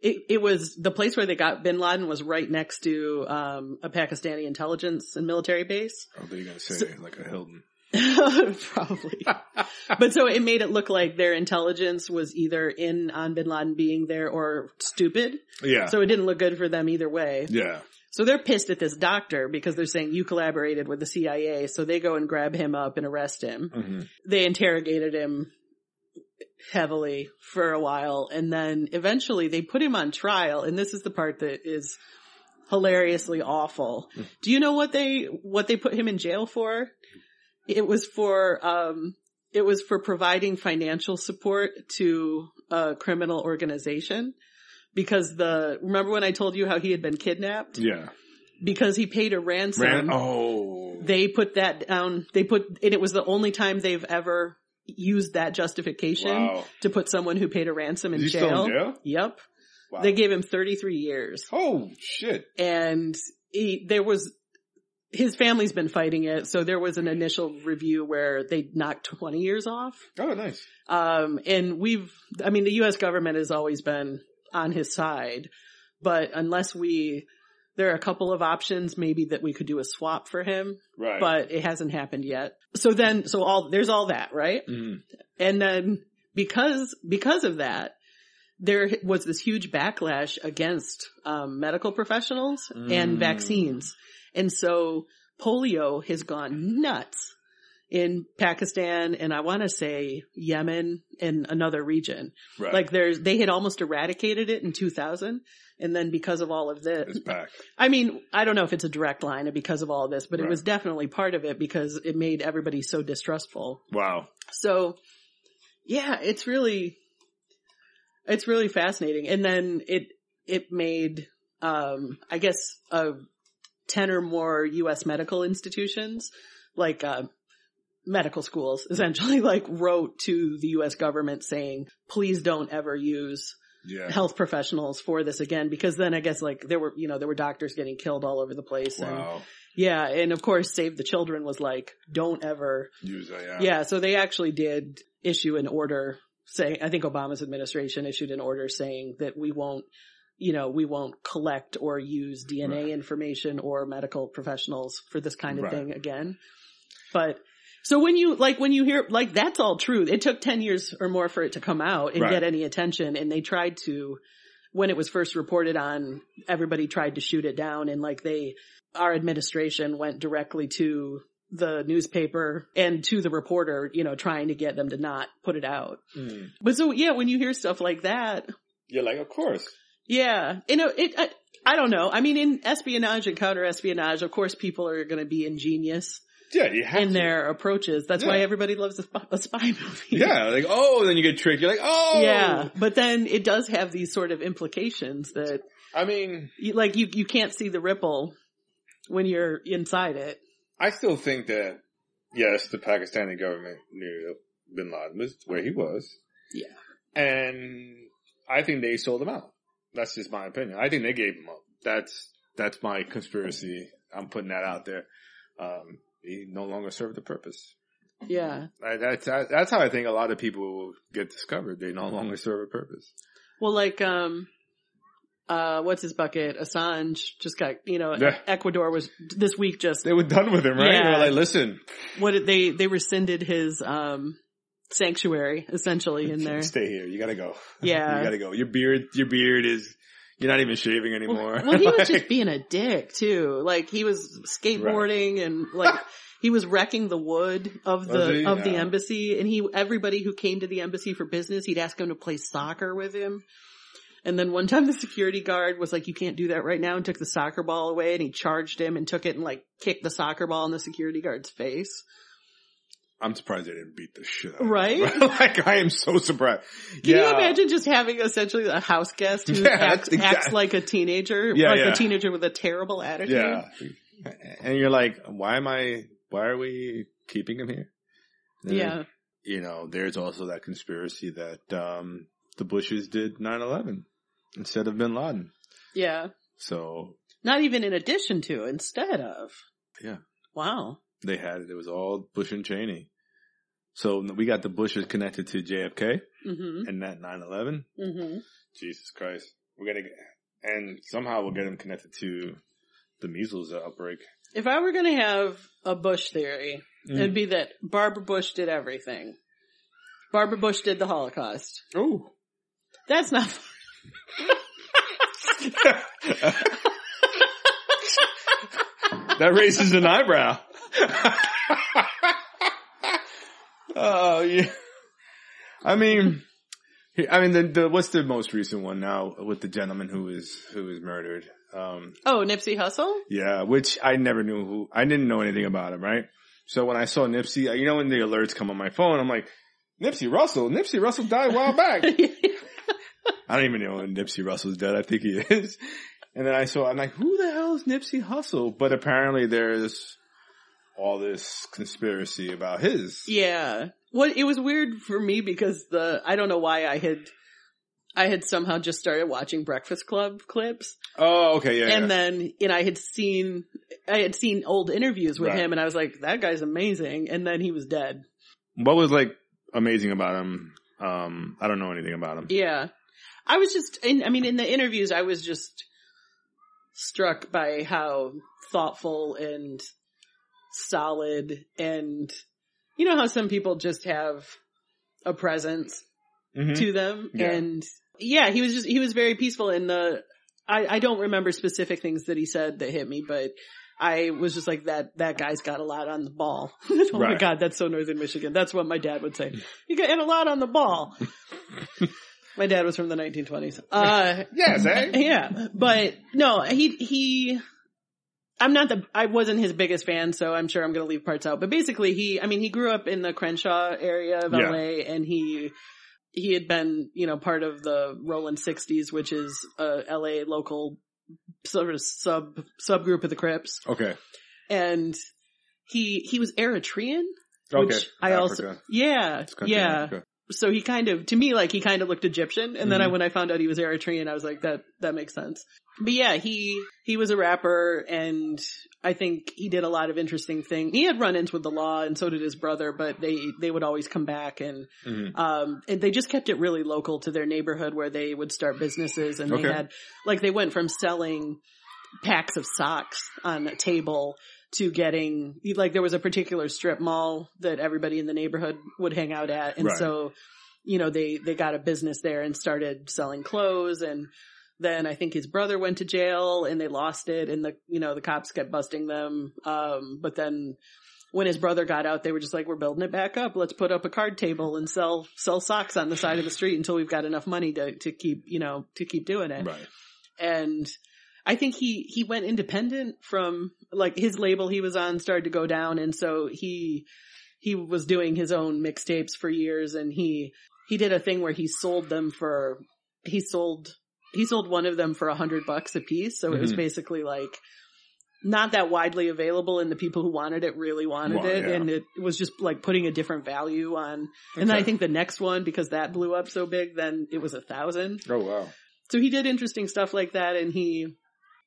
it, it was the place where they got bin Laden was right next to, um, a Pakistani intelligence and military base.
Oh, they're gonna say like a Hilton.
(laughs) Probably. but so it made it look like their intelligence was either in on bin Laden being there or stupid.
Yeah.
So it didn't look good for them either way.
yeah.
So they're pissed at this doctor because they're saying you collaborated with the CIA. So they go and grab him up and arrest him.
hmm
They interrogated him heavily for a while and then eventually they put him on trial. And this is the part that is hilariously awful. Do you know what they, what they put him in jail for? It was for, um, it was for providing financial support to a criminal organization because the, remember when I told you how he had been kidnapped?
Yeah.
because he paid a ransom.
Ran. Oh.
They put that down. They put, and it was the only time they've ever used that justification
Wow.
to put someone who paid a ransom in
Is he
jail.
still in jail?
Yep.
Wow.
They gave him 33 years
oh shit.
and he, there was, his family's been fighting it. So there was an initial review where they knocked 20 years off.
Oh, nice.
Um, and we've, I mean, the U.S. government has always been on his side, but unless we, there are a couple of options maybe that we could do a swap for him,
Right.
but it hasn't happened yet. So then, so all, there's all that, right?
Mhm.
And then because, because of that, there was this huge backlash against um, medical professionals and
Mm.
vaccines. And so polio has gone nuts in Pakistan and I want to say Yemen and another region.
right.
Like there's, they had almost eradicated it in 2000. And then because of all of this,
it's back.
I mean, I don't know if it's a direct line because of all of this, but it
Right.
was definitely part of it because it made everybody so distrustful.
Wow.
So yeah, it's really, it's really fascinating. And then it, it made, um, I guess, uh, 10 or more U.S. medical institutions, like, uh, medical schools essentially (laughs) like wrote to the U.S. government saying, please don't ever use
Yeah.
health professionals for this again. Because then I guess like there were, you know, there were doctors getting killed all over the place. And
Wow.
yeah. And of course, Save the Children was like, don't ever
Use that. Yeah.
yeah, so they actually did. issue an order saying, I think Obama's administration issued an order saying that we won't, you know, we won't collect or use DNA
Right.
information or medical professionals for this kind of
Right.
thing again. But so when you, like, when you hear, like, that's all true. It took 10 years or more for it to come out and
Right.
get any attention. And they tried to, when it was first reported on, everybody tried to shoot it down and like they, our administration went directly to the newspaper and to the reporter, you know, trying to get them to not put it out. But so yeah, when you hear stuff like that,
You're Mm. like, of course.
yeah, you know, it, I, I don't know. I mean, in espionage and counter espionage, of course people are going to be ingenious
Yeah, you have
in
to.
their approaches. That's why
Yeah.
everybody loves a, spy- a spy (laughs) movie.
(laughs) Yeah, like oh, then you get tricked. You're like, oh,
Yeah. But then it does have these sort of implications that
I mean,
you, like you, you can't see the ripple when you're inside it.
I still think that yes, the Pakistani government knew Bin Laden was where he was.
Yeah.
and I think they sold him out. That's just my opinion. I think they gave him up. That's that's my conspiracy. I'm putting that out there. Um, he no longer served the purpose.
Yeah.
I, that's I, that's how I think a lot of people get discovered. They no longer serve a purpose.
Well, like, um, uh, what's his bucket? Assange just got, you know,
Yeah.
Ecuador was this week just
They were done with him, right? They
Yeah.
were like, listen,
what did they they rescinded his um sanctuary essentially
(laughs)
in there.
Stay here. You gotta go.
Yeah.
you gotta go. Your beard, your beard is, you're not even shaving anymore.
(laughs) Well, he was just
Like,
being a dick too. Like he was skateboarding and
(laughs)
like he was wrecking the wood of
Was
the
he?
of the
Yeah.
embassy and he everybody who came to the embassy for business, he'd ask them to play soccer with him. And then one (laughs) time the security guard was like, you can't do that right now and took the soccer ball away and he charged him and took it and like kicked the soccer ball in the security guard's face.
(laughs) I'm surprised they didn't beat the shit out. of
Right?
him. (laughs) like I am so surprised.
Can
yeah.
you imagine just having essentially a house guest who
(laughs) Yeah,
acts,
that's exact-
acts like a teenager,
Yeah,
like
yeah.
a teenager with a terrible attitude?
Yeah. And you're like, why am I? Why are we keeping him here? And then,
Yeah.
you know, there's also that conspiracy that um the Bushes did 9/11 instead of Bin Laden.
Yeah.
So
Not even in addition to, instead of.
Yeah.
Wow.
they had it. It was all Bush and Cheney. So we got the Bushes connected to JFK.
hmm
and that 9/11.
hmm
Jesus Christ, we're gonna get, and somehow we'll get him connected to the measles outbreak.
If I were going to have a Bush theory,
Mm.
it'd be that Barbara Bush did everything. Barbara Bush did the Holocaust.
Oh,
That's not. (laughs)
that raises an eyebrow. oh yeah, I mean. I mean, the, the, what's the most recent one now with the gentleman who was, who was murdered? Um,
Oh, Nipsey Hussle? (laughs)
Yeah, which I never knew who, I didn't know anything about him, right? So when I saw Nipsey, uh, you know, when the alerts come on my phone, I'm like, Nipsey Russell, Nipsey Russell died a while
(laughs)
back. I don't even know when Nipsey Russell's dead. I think he is. (laughs) And then I saw, I'm like, who the hell is Nipsey Hussle? But apparently there's all this conspiracy about his.
Yeah. What it was weird for me because the I don't know why I had I had somehow just started watching Breakfast Club clips
Oh, okay. Yeah. yeah.
and then and I had seen I had seen old interviews with
Right.
him and I was like that guy's amazing and then he was dead.
what was like amazing about him? Um, I don't know anything about him.
Yeah. I was just in I mean in the interviews I was just struck by how thoughtful and solid and you know how some people just have a presence
Mhm.
to them.
Yeah.
And yeah, he was just, he was very peaceful in the, I, I don't remember specific things that he said that hit me, but I was just like that, that guy's got a lot on the ball. (laughs) oh my
Right.
God, that's so Northern Michigan. That's what my dad would
(laughs)
say. You got and a lot on the ball. my dad was from the 1920s. Uh,
Yes, eh?
yeah, but no, he he. I'm not the. I wasn't his biggest fan, so I'm sure I'm going to leave parts out. But basically, he. I mean, he grew up in the Crenshaw area of
Yeah.
LA, and he he had been you know part of the Roland 60s, which is a LA local sort of sub subgroup of the Crips,
Okay.
and he he was Eritrean,
Okay.
which I also
Africa.
yeah
It's country
yeah
Africa.
so he kind of, to me, like he kind of looked Egyptian. And then I, when I found out he was Eritrean, I was like, that, that makes sense. But yeah, he, he was a rapper and I think he did a lot of interesting things. He had run-ins with the law and so did his brother, but they, they would always come back and,
Mhm.
um, and they just kept it really local to their neighborhood where they would start businesses and
Okay.
they had, like they went from selling packs of socks on a table to getting like there was a particular strip mall that everybody in the neighborhood would hang out at and
Right.
so you know they they got a business there and started selling clothes and then i think his brother went to jail and they lost it and the you know the cops kept busting them um but then when his brother got out they were just like we're building it back up let's put up a card table and sell sell socks on the side of the street until we've got enough money to to keep you know to keep doing it
Right.
and I think he he went independent from like his label he was on started to go down, and so he he was doing his own mixtapes for years, and he he did a thing where he sold them for he sold he sold one of them for a hundred bucks a piece, so it was
Mhm.
basically like not that widely available and the people who wanted it really wanted
Well,
it
yeah.
and it was just like putting a different value on and then i
Okay.
think the next one because that blew up so big then it was a thousand
Oh wow.
so he did interesting stuff like that and he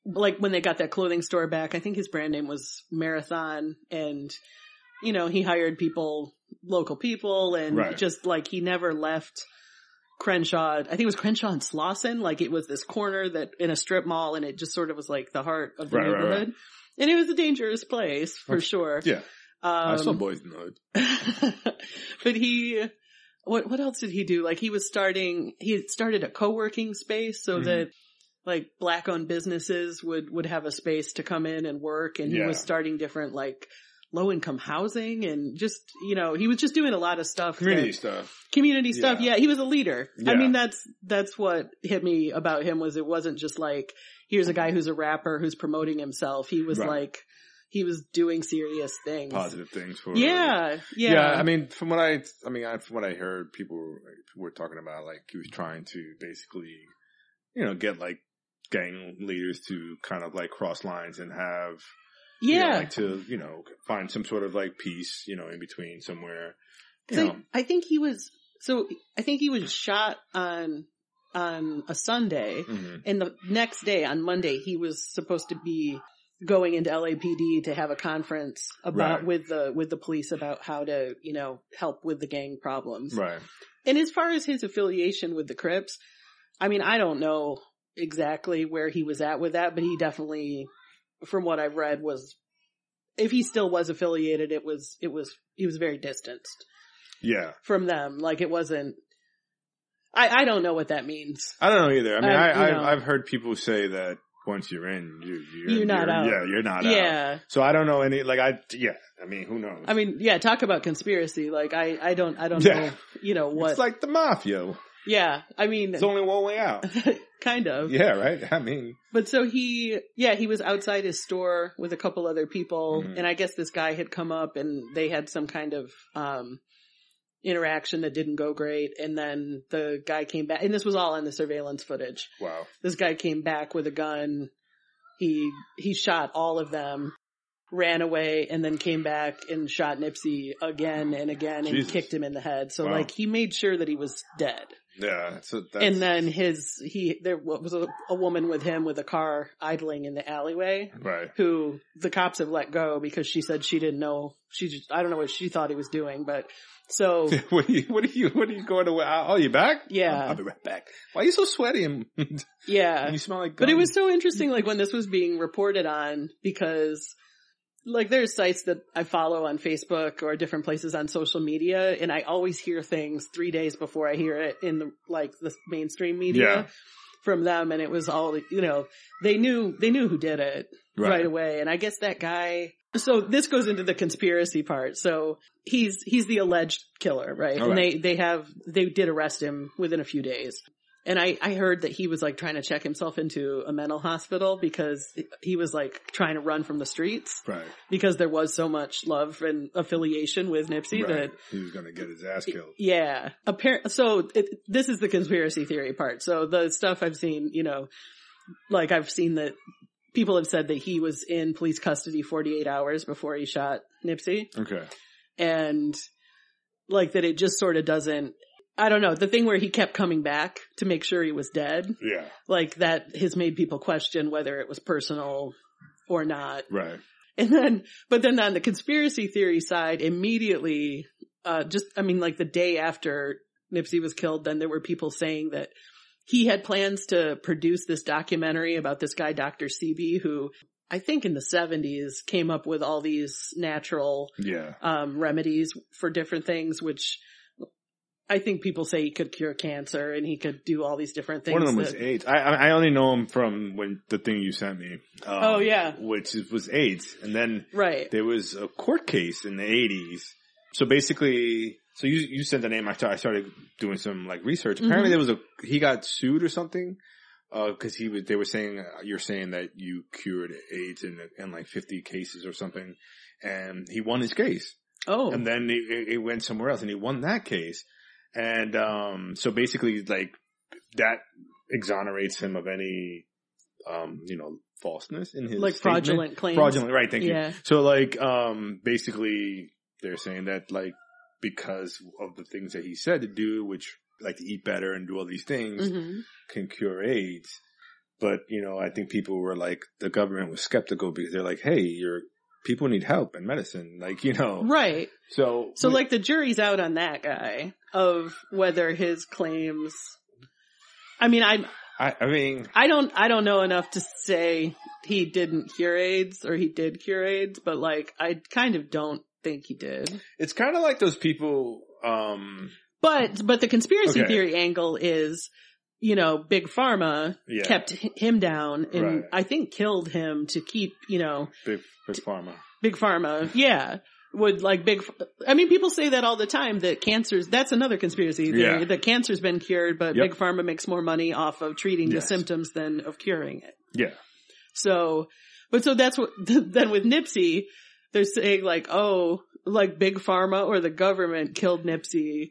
like when they got that clothing store back i think his brand name was marathon and you know he hired people local people and
Right.
just like he never left crenshaw i think it was crenshaw and slauson like it was this corner that in a strip mall and it just sort of was like the heart of the
Right, right, right.
neighborhood and it was a dangerous place for
Okay.
sure
Yeah. I saw
um,
Boys in the Hood.
(laughs) but he what what else did he do like he was starting he had started a co-working space so
Mhm.
that like black owned businesses would would have a space to come in and work and he was
Yeah.
starting different like low income housing and just you know he was just doing a lot of stuff that-
Community stuff.
community stuff
Yeah.
yeah he was a leader i
Yeah.
mean that's that's what hit me about him was it wasn't just like here's a guy who's a rapper who's promoting himself he was
Right.
like he was doing serious things
Positive things for
yeah, yeah.
I mean, from what I, I mean, I, from what I heard, people were, were talking about, like he was trying to basically, you know, get like gang leaders to kind of like cross lines and have, you know,
yeah.
like to you know find some sort of like peace, you know, in between somewhere. You
So
know,
I think he was so I think he was shot on on a Sunday
Mhm.
and the next day on Monday he was supposed to be going into LAPD to have a conference about
Right.
with the with the police about how to, you know, help with the gang problems.
right?
And as far as his affiliation with the Crips, I mean, I don't know exactly where he was at with that, but he definitely, from what I've read, was if he still was affiliated, it was it was he was very distanced
Yeah,
from them. Like it wasn't. I I don't know what that means.
I don't know either. I mean,
I-
I,
Uh, you
I've,
know.
I've heard people say that once you're in, you, you're,
You're not out.
Yeah, you're not out.
yeah,
So I don't know any. Like I, yeah. I mean, who knows?
I mean, yeah. Talk about conspiracy. Like I I don't I don't
Yeah.
know. You know what?
It's like the mafia.
yeah, I mean,
It's only one way
(laughs)
out.
kind of.
Yeah, right. I mean,
But so he, yeah, he was outside his store with a couple other people,
Mhm.
and I guess this guy had come up and they had some kind of, um, interaction that didn't go great. And then the guy came back, and this was all on the surveillance footage.
wow.
This guy came back with a gun. He, he shot all of them, ran away, and then came back and shot Nipsey again and again and
Jesus.
kicked him in the head. So
Wow.
like he made sure that he was dead
Yeah. So that's,
and then his he there was a, a woman with him with a car idling in the alleyway
right. (laughs)
who the cops have let go because she said she didn't know she just I don't know what she thought he was doing but so
what are (laughs) you? What are you? What are you going away? Oh, you back?
Yeah.
I'll be right back. Why are you so sweaty? And, (laughs) and
yeah
you smell like. um,
but it
gum?
was so interesting like when this was being reported on because like there's sites that I follow on Facebook or different places on social media and I always hear things 3 days before I hear it in the like the mainstream media
Yeah.
from them and it was all you know they knew they knew who did it right. away. And I guess that guy, so this goes into the conspiracy part. So he's, he's the alleged killer, right?
All
And
right.
they, they have, they did arrest him within a few days. And I, I heard that he was like trying to check himself into a mental hospital because he was like trying to run from the streets
Right.
because there was so much love and affiliation with Nipsey that
right. He was gonna get his ass killed.
yeah. Appar- so it, this is the conspiracy theory part. So the stuff I've seen, you know, like I've seen that people have said that he was in police custody 48 hours before he shot Nipsey
Okay.
and like that it just sort of doesn't I don't know, the thing where he kept coming back to make sure he was dead,
Yeah.
like that has made people question whether it was personal or not.
Right.
And then, but then on the conspiracy theory side, immediately, uh, just, I mean, like the day after Nipsey was killed, then there were people saying that he had plans to produce this documentary about this guy, Dr. CB, who I think in the seventies came up with all these natural,
Yeah.
um, remedies for different things, which I think people say he could cure cancer and he could do all these different things.
One of them was
that-
AIDS. I I I only know him from when the thing you sent me. Um,
Oh, yeah.
which is- was AIDS, and then
right.
there was a court case in the eighties. So basically, so you you sent the name. I started, I started doing some like research. Apparently,
Mhm.
there was a he got sued or something because he was. They were saying uh, you're saying that you cured AIDS in in like fifty cases or something, and he won his case.
Oh,
And then it- it, it went somewhere else and he won that case. And, um, so basically like that exonerates him of any, um, you know, falseness in his
like
statement.
fraudulent claims.
fraudulent, right? Thank you.
Yeah.
So like, um, basically they're saying that like because of the things that he said to do, which like to eat better and do all these things
hmm
can cure AIDS. But, you know, I think people were like, the government was skeptical because they're like, Hey, your people need help and medicine. (laughs) Like, you know,
Right.
so,
So like the jury's out on that guy of whether his claims I mean I
I, I mean,
I don't I don't know enough to say he didn't cure AIDS or he did cure AIDS, but like I kind of don't think he did.
It's kind of like those people. Um,
But but the conspiracy
Okay.
theory angle is you know, big pharma
yeah,
kept h- him down and
Right.
I think killed him to keep, you know,
big, big pharma.
Big pharma, yeah. Would like big, I mean, people say that all the time that cancer's, that's another conspiracy theory,
Yeah.
that cancer's been cured, but
Yep.
big pharma makes more money off of treating the
Yes.
symptoms than of curing it.
Yeah,
So, but so that's what, (laughs) then with Nipsey, they're saying like, oh, like big pharma or the government killed Nipsey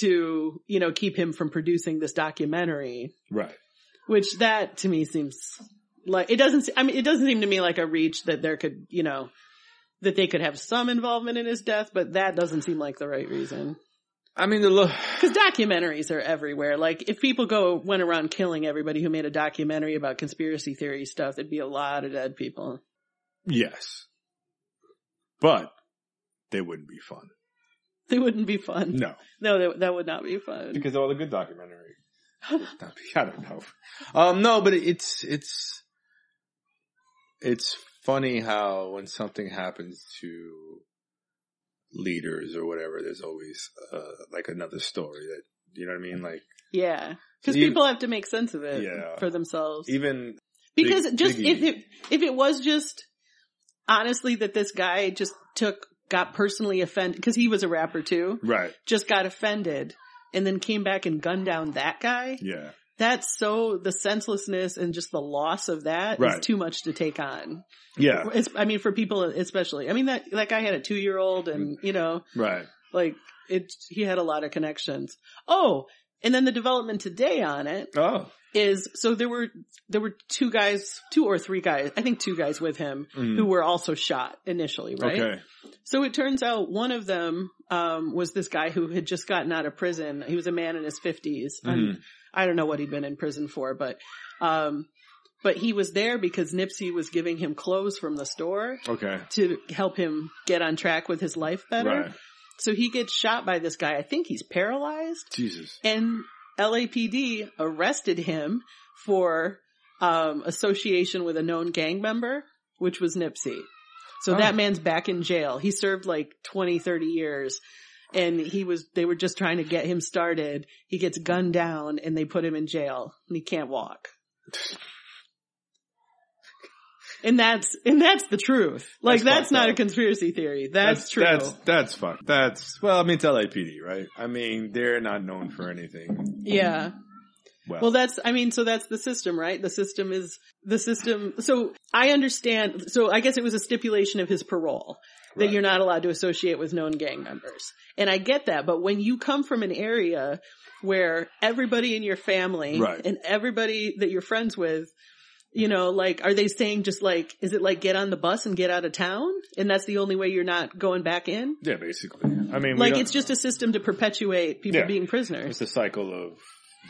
to, you know, keep him from producing this documentary,
right.
which that to me seems like it doesn't. se- I mean, it doesn't seem to me like a reach that there could, you know, that they could have some involvement in his death, but that doesn't seem like the right reason.
I mean, the look.
Because documentaries are everywhere. Like if people go went around killing everybody who made a documentary about conspiracy theory stuff, there'd be a lot of dead people.
Yes, but they wouldn't be fun.
They wouldn't be fun.
No,
No, that, that would not be fun.
because all the good documentary. would not be- (laughs) I don't know. Um, no, but it's it's it's funny how when something happens to leaders or whatever, there's always uh, like another story that you know what I mean, like.
Yeah. Because
You-
people have to make sense of it
Yeah.
for themselves.
even
Because
Big- E.
just
Biggie.
if it if it was just honestly that this guy just took got personally offended because he was a rapper too,
right
just got offended and then came back and gunned down that guy.
yeah
That's so the senselessness and just the loss of that is
Right.
too much to take on.
yeah
It's, I mean, for people especially. I mean that that guy had a two year old
Mm-hmm.
and you know
right
like it. He had a lot of connections. Oh, and then the development today on it
oh
is so there were there were two guys, two or three guys, I think two guys with him
Mm.
who were also shot initially, right?
okay
So it turns out one of them um was this guy who had just gotten out of prison. He was a man in his 50s.
Mm-hmm.
And I don't know what he'd been in prison for, but um but he was there because Nipsey was giving him clothes from the store
okay
to help him get on track with his life better.
right
So he gets shot by this guy. I think he's paralyzed
Jesus
and LAPD arrested him for um, association with a known gang member, which was Nipsey. So
Oh.
that man's back in jail. He served like 20, 30 years and he was, they were just trying to get him started. He gets gunned down and they put him in jail and he can't walk. And that's, and that's the truth. Like
That's
that's,
fucked
not
up.
a conspiracy theory. That's, true.
that's that's fun that's well I mean it's LAPD right I mean they're not known for anything
yeah.
well,
Well, that's, I mean, so that's the system, right? The system is, the system, so I understand, so I guess it was a stipulation of his parole that
Right.
you're not allowed to associate with known gang members. And I get that, but when you come from an area where everybody in your family
Right.
and everybody that you're friends with You know, like, are they saying just like, is it like get on the bus and get out of town? And that's the only way you're not going back in?
Yeah, basically. I mean, we
Like,
don't-
it's just a system to perpetuate people
Yeah.
being prisoners.
it's a cycle of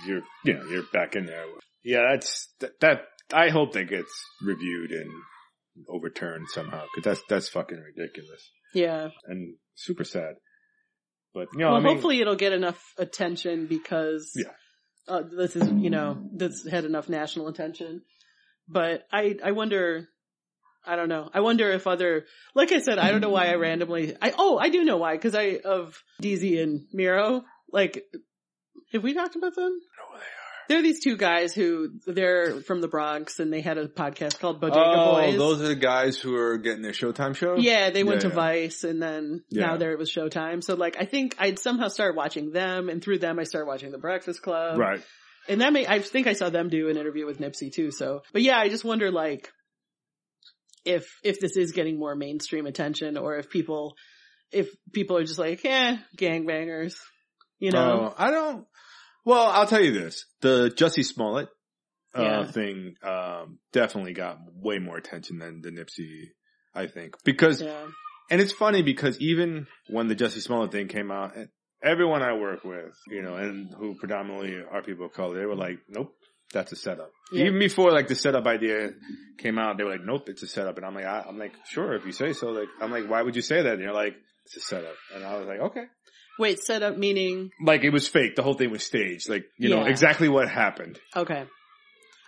you're, you know, you're back in there. Yeah, that's that. that I hope that gets reviewed and overturned somehow because that's that's fucking ridiculous
Yeah.
and super sad. But you know,
well,
I mean,
hopefully it'll get enough attention because
Yeah.
uh, this is, you know, this had enough national attention. But I, I wonder, I don't know. I wonder if other, like I said, I don't know why I randomly, I, oh, I do know why, cause I, of DZ and Miro, like, have we talked about them?
who they
They're these two guys who, they're from the Bronx and they had a podcast called Bodega
Oh,
Boys.
those are the guys who are getting their Showtime show.
Yeah, they went
Yeah,
to
yeah.
Vice and then
Yeah.
now there it was Showtime. So like I think I'd somehow started watching them and through them I started watching The Breakfast Club.
right.
And that may I think I saw them do an interview with Nipsey too. So but yeah, I just wonder like if if this is getting more mainstream attention or if people if people are just like, eh, gangbangers. You know?
Oh, I don't. Well, I'll tell you this: the Jussie Smollett uh,
Yeah.
thing um, definitely got way more attention than the Nipsey, I think, because
yeah.
and it's funny because even when the Jussie Smollett thing came out, eh, everyone I work with, you know, and who predominantly are people of color, they were like, "Nope, that's a setup."
Yeah.
Even before like the setup idea came out, they were like, "Nope, it's a setup," and I'm like, I, "I'm like, sure, if you say so." Like, I'm like, "Why would you say that?" And you're like, "It's a setup," and I was like, "Okay."
Wait, setup meaning
like it was fake. The whole thing was staged. Like you know
Yeah.
exactly what happened.
okay.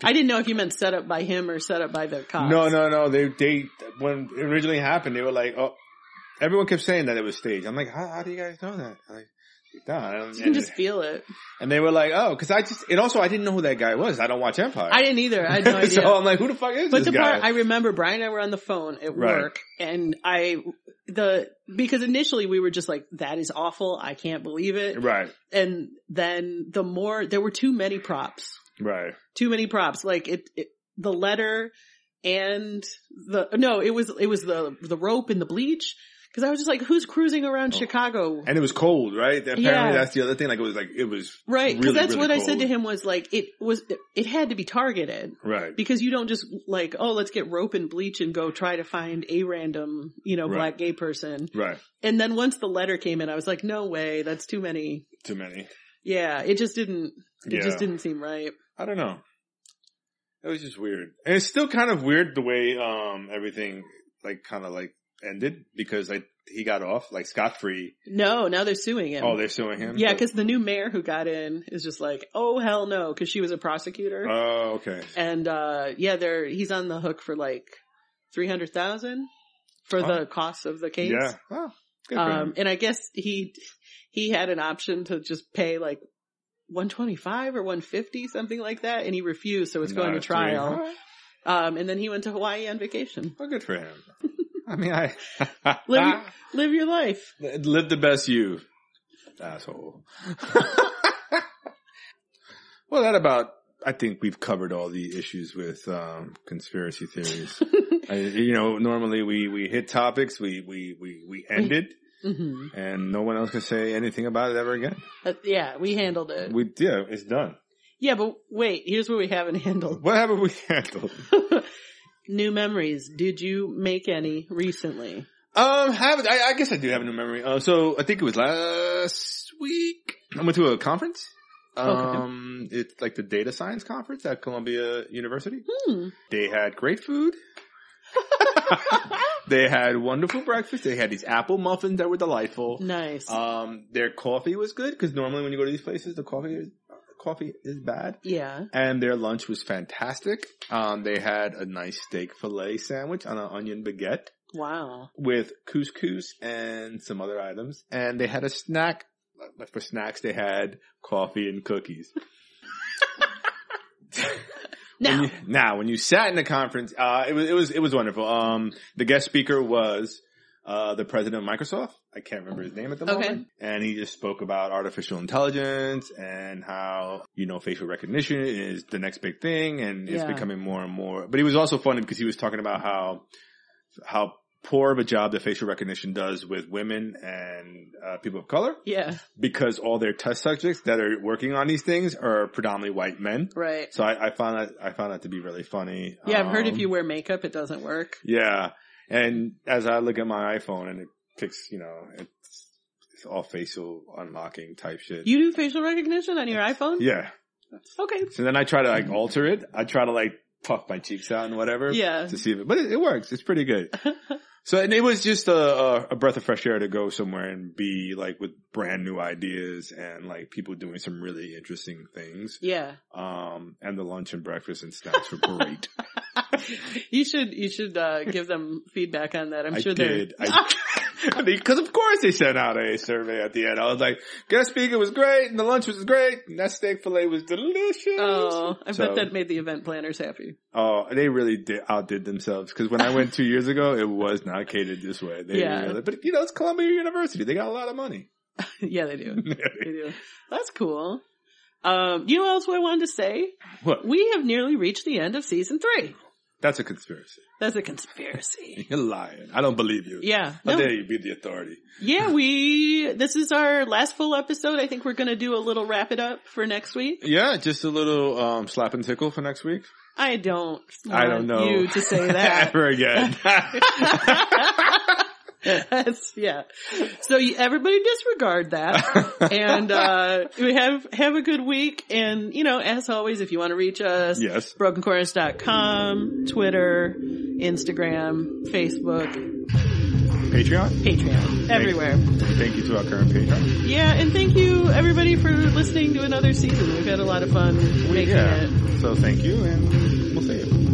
I didn't know if you meant set up by him or set up by the cops.
No, no, no. They they when it originally happened, they were like, oh, everyone kept saying that it was staged. I'm like, how, how do you guys know that? I'm Like, nah. And,
You can just feel it.
and they were like, oh, because I just and also I didn't know who that guy was. I don't watch Empire.
I didn't either. I had no idea.
(laughs) so I'm like, who the fuck is
But
this
the
guy?
part I remember, Brian and I were on the phone at
Right.
work, and I the because initially we were just like, "That is awful. I can't believe it."
right,
And then the more there were too many props,
right.
too many props. Like it, it the letter and the no, it was it was the the rope and the bleach. Because I was just like, "Who's cruising around
Oh.
Chicago?"
And it was cold, right? Apparently,
Yeah.
that's the other thing. Like it was like it was
Right, because
really,
that's
really
what I said
cold.
to him was like it was it had to be targeted.
right.
because you don't just like, oh, let's get rope and bleach and go try to find a random, you know,
Right.
black gay person.
Right,
And then once the letter came in, I was like, no way, that's too many.
too many.
Yeah, it just didn't, it
Yeah.
just didn't seem right.
I don't know. It was just weird. And it's still kind of weird the way, um, everything like kind of like ended because like he got off like scot free.
No, now they're suing him.
Oh, they're suing him.
yeah,
But-
because the new mayor who got in is just like, oh hell no, because she was a prosecutor,
Oh, okay.
and uh yeah, they're he's on the hook for like three hundred thousand for the cost of the case.
Oh. Yeah. Oh, good for
Um,
him.
and I guess he, he had an option to just pay like 125 or 150, something like that. And he refused. So it's
Not
going to
a three. All
trial.
right.
Um, and then he went to Hawaii on vacation.
Well, good for him. (laughs) I mean, (laughs) I
Live,
Ah.
live your life.
live the best you, (laughs) asshole. well, that about. I think we've covered all the issues with um, conspiracy theories. (laughs) I, you know, normally we, we hit topics, we, we, we, we end it,
hmm
and no one else can say anything about it ever again.
yeah, we handled it.
We, yeah, it's done.
Yeah, but wait, here's what we haven't (laughs) handled.
What haven't we (laughs) handled?
New memories. Did you make any recently?
Um, have, I, I guess I do have a new memory. Uh, so I think it was last week. I went to a conference. Um, it's like the data science conference at Columbia University.
Hmm.
They had great food. they had wonderful breakfast. They had these apple muffins that were delightful.
Nice.
Um, their coffee was good because normally when you go to these places, the coffee is coffee is bad.
yeah.
And their lunch was fantastic. Um, they had a nice steak fillet sandwich on an onion baguette
Wow.
with couscous and some other items. And they had a snack. Like for snacks, they had coffee and cookies.
Now,
When you- now, when you sat in the conference, uh, it was it was it was wonderful. Um, the guest speaker was uh, the president of Microsoft. I can't remember his name at the
Okay.
moment, and he just spoke about artificial intelligence and how you know facial recognition is the next big thing and it's
Yeah.
becoming more and more. But he was also funny because he was talking about how how poor of a job that facial recognition does with women and uh, people of color
Yeah.
because all their test subjects that are working on these things are predominantly white men.
Right.
So I, I found that I found that to be really funny.
Yeah, I've heard if
Um,
you wear makeup, it doesn't work.
Yeah, and as I look at my iPhone and it picks, you know, it's, it's all facial unlocking type shit.
You do facial recognition on your iPhone?
yeah.
Okay.
So then I try to
(laughs)
like alter it. I try to like puff my cheeks out and whatever.
Yeah.
to see if it, but it, it works. It's pretty
(laughs)
good. so, and it was just a, a, a breath of fresh air to go somewhere and be like with brand new ideas and like people doing some really interesting things.
Yeah.
Um, and the lunch and breakfast and snacks were great.
(laughs) You should you should uh, give them feedback on that. I'm
I
sure
did.
they're
I- (laughs) because of course they sent out a survey at the end. I was like, guest speaker was great and the lunch was great and that steak filet was delicious.
(laughs) Oh, I
So-
bet that made the event planners happy. (laughs)
Oh, they really did outdid themselves because when I went two years ago, it was not catered this way. They
Yeah.
really- but you know, it's Columbia University. They got a lot of money.
yeah, they
(laughs)
do. They do. That's cool. Um, you know what else I wanted to say?
what?
We have nearly reached the end of season three.
That's a conspiracy.
That's a
(laughs)
conspiracy.
You're lying. I don't believe you.
Yeah.
How
No.
dare you be the authority?
Yeah, we, this is our last full episode. I think we're going to do a little wrap it up for next week.
Yeah, just a little um, slap and tickle for next week.
I don't
I
want
don't know
you to
(laughs)
say that. (laughs)
ever again.
That's, yeah. So you, everybody disregard that. and, uh, we have, have a good week. And, you know, as always, if you want to reach us,
yes.
brokenchorus.com, Twitter, Instagram, Facebook,
Patreon.
Patreon, everywhere.
Thank you to our current Patreon.
Yeah, and thank you everybody for listening to another season. We've had a lot of fun making it.
So thank you, and we'll see you.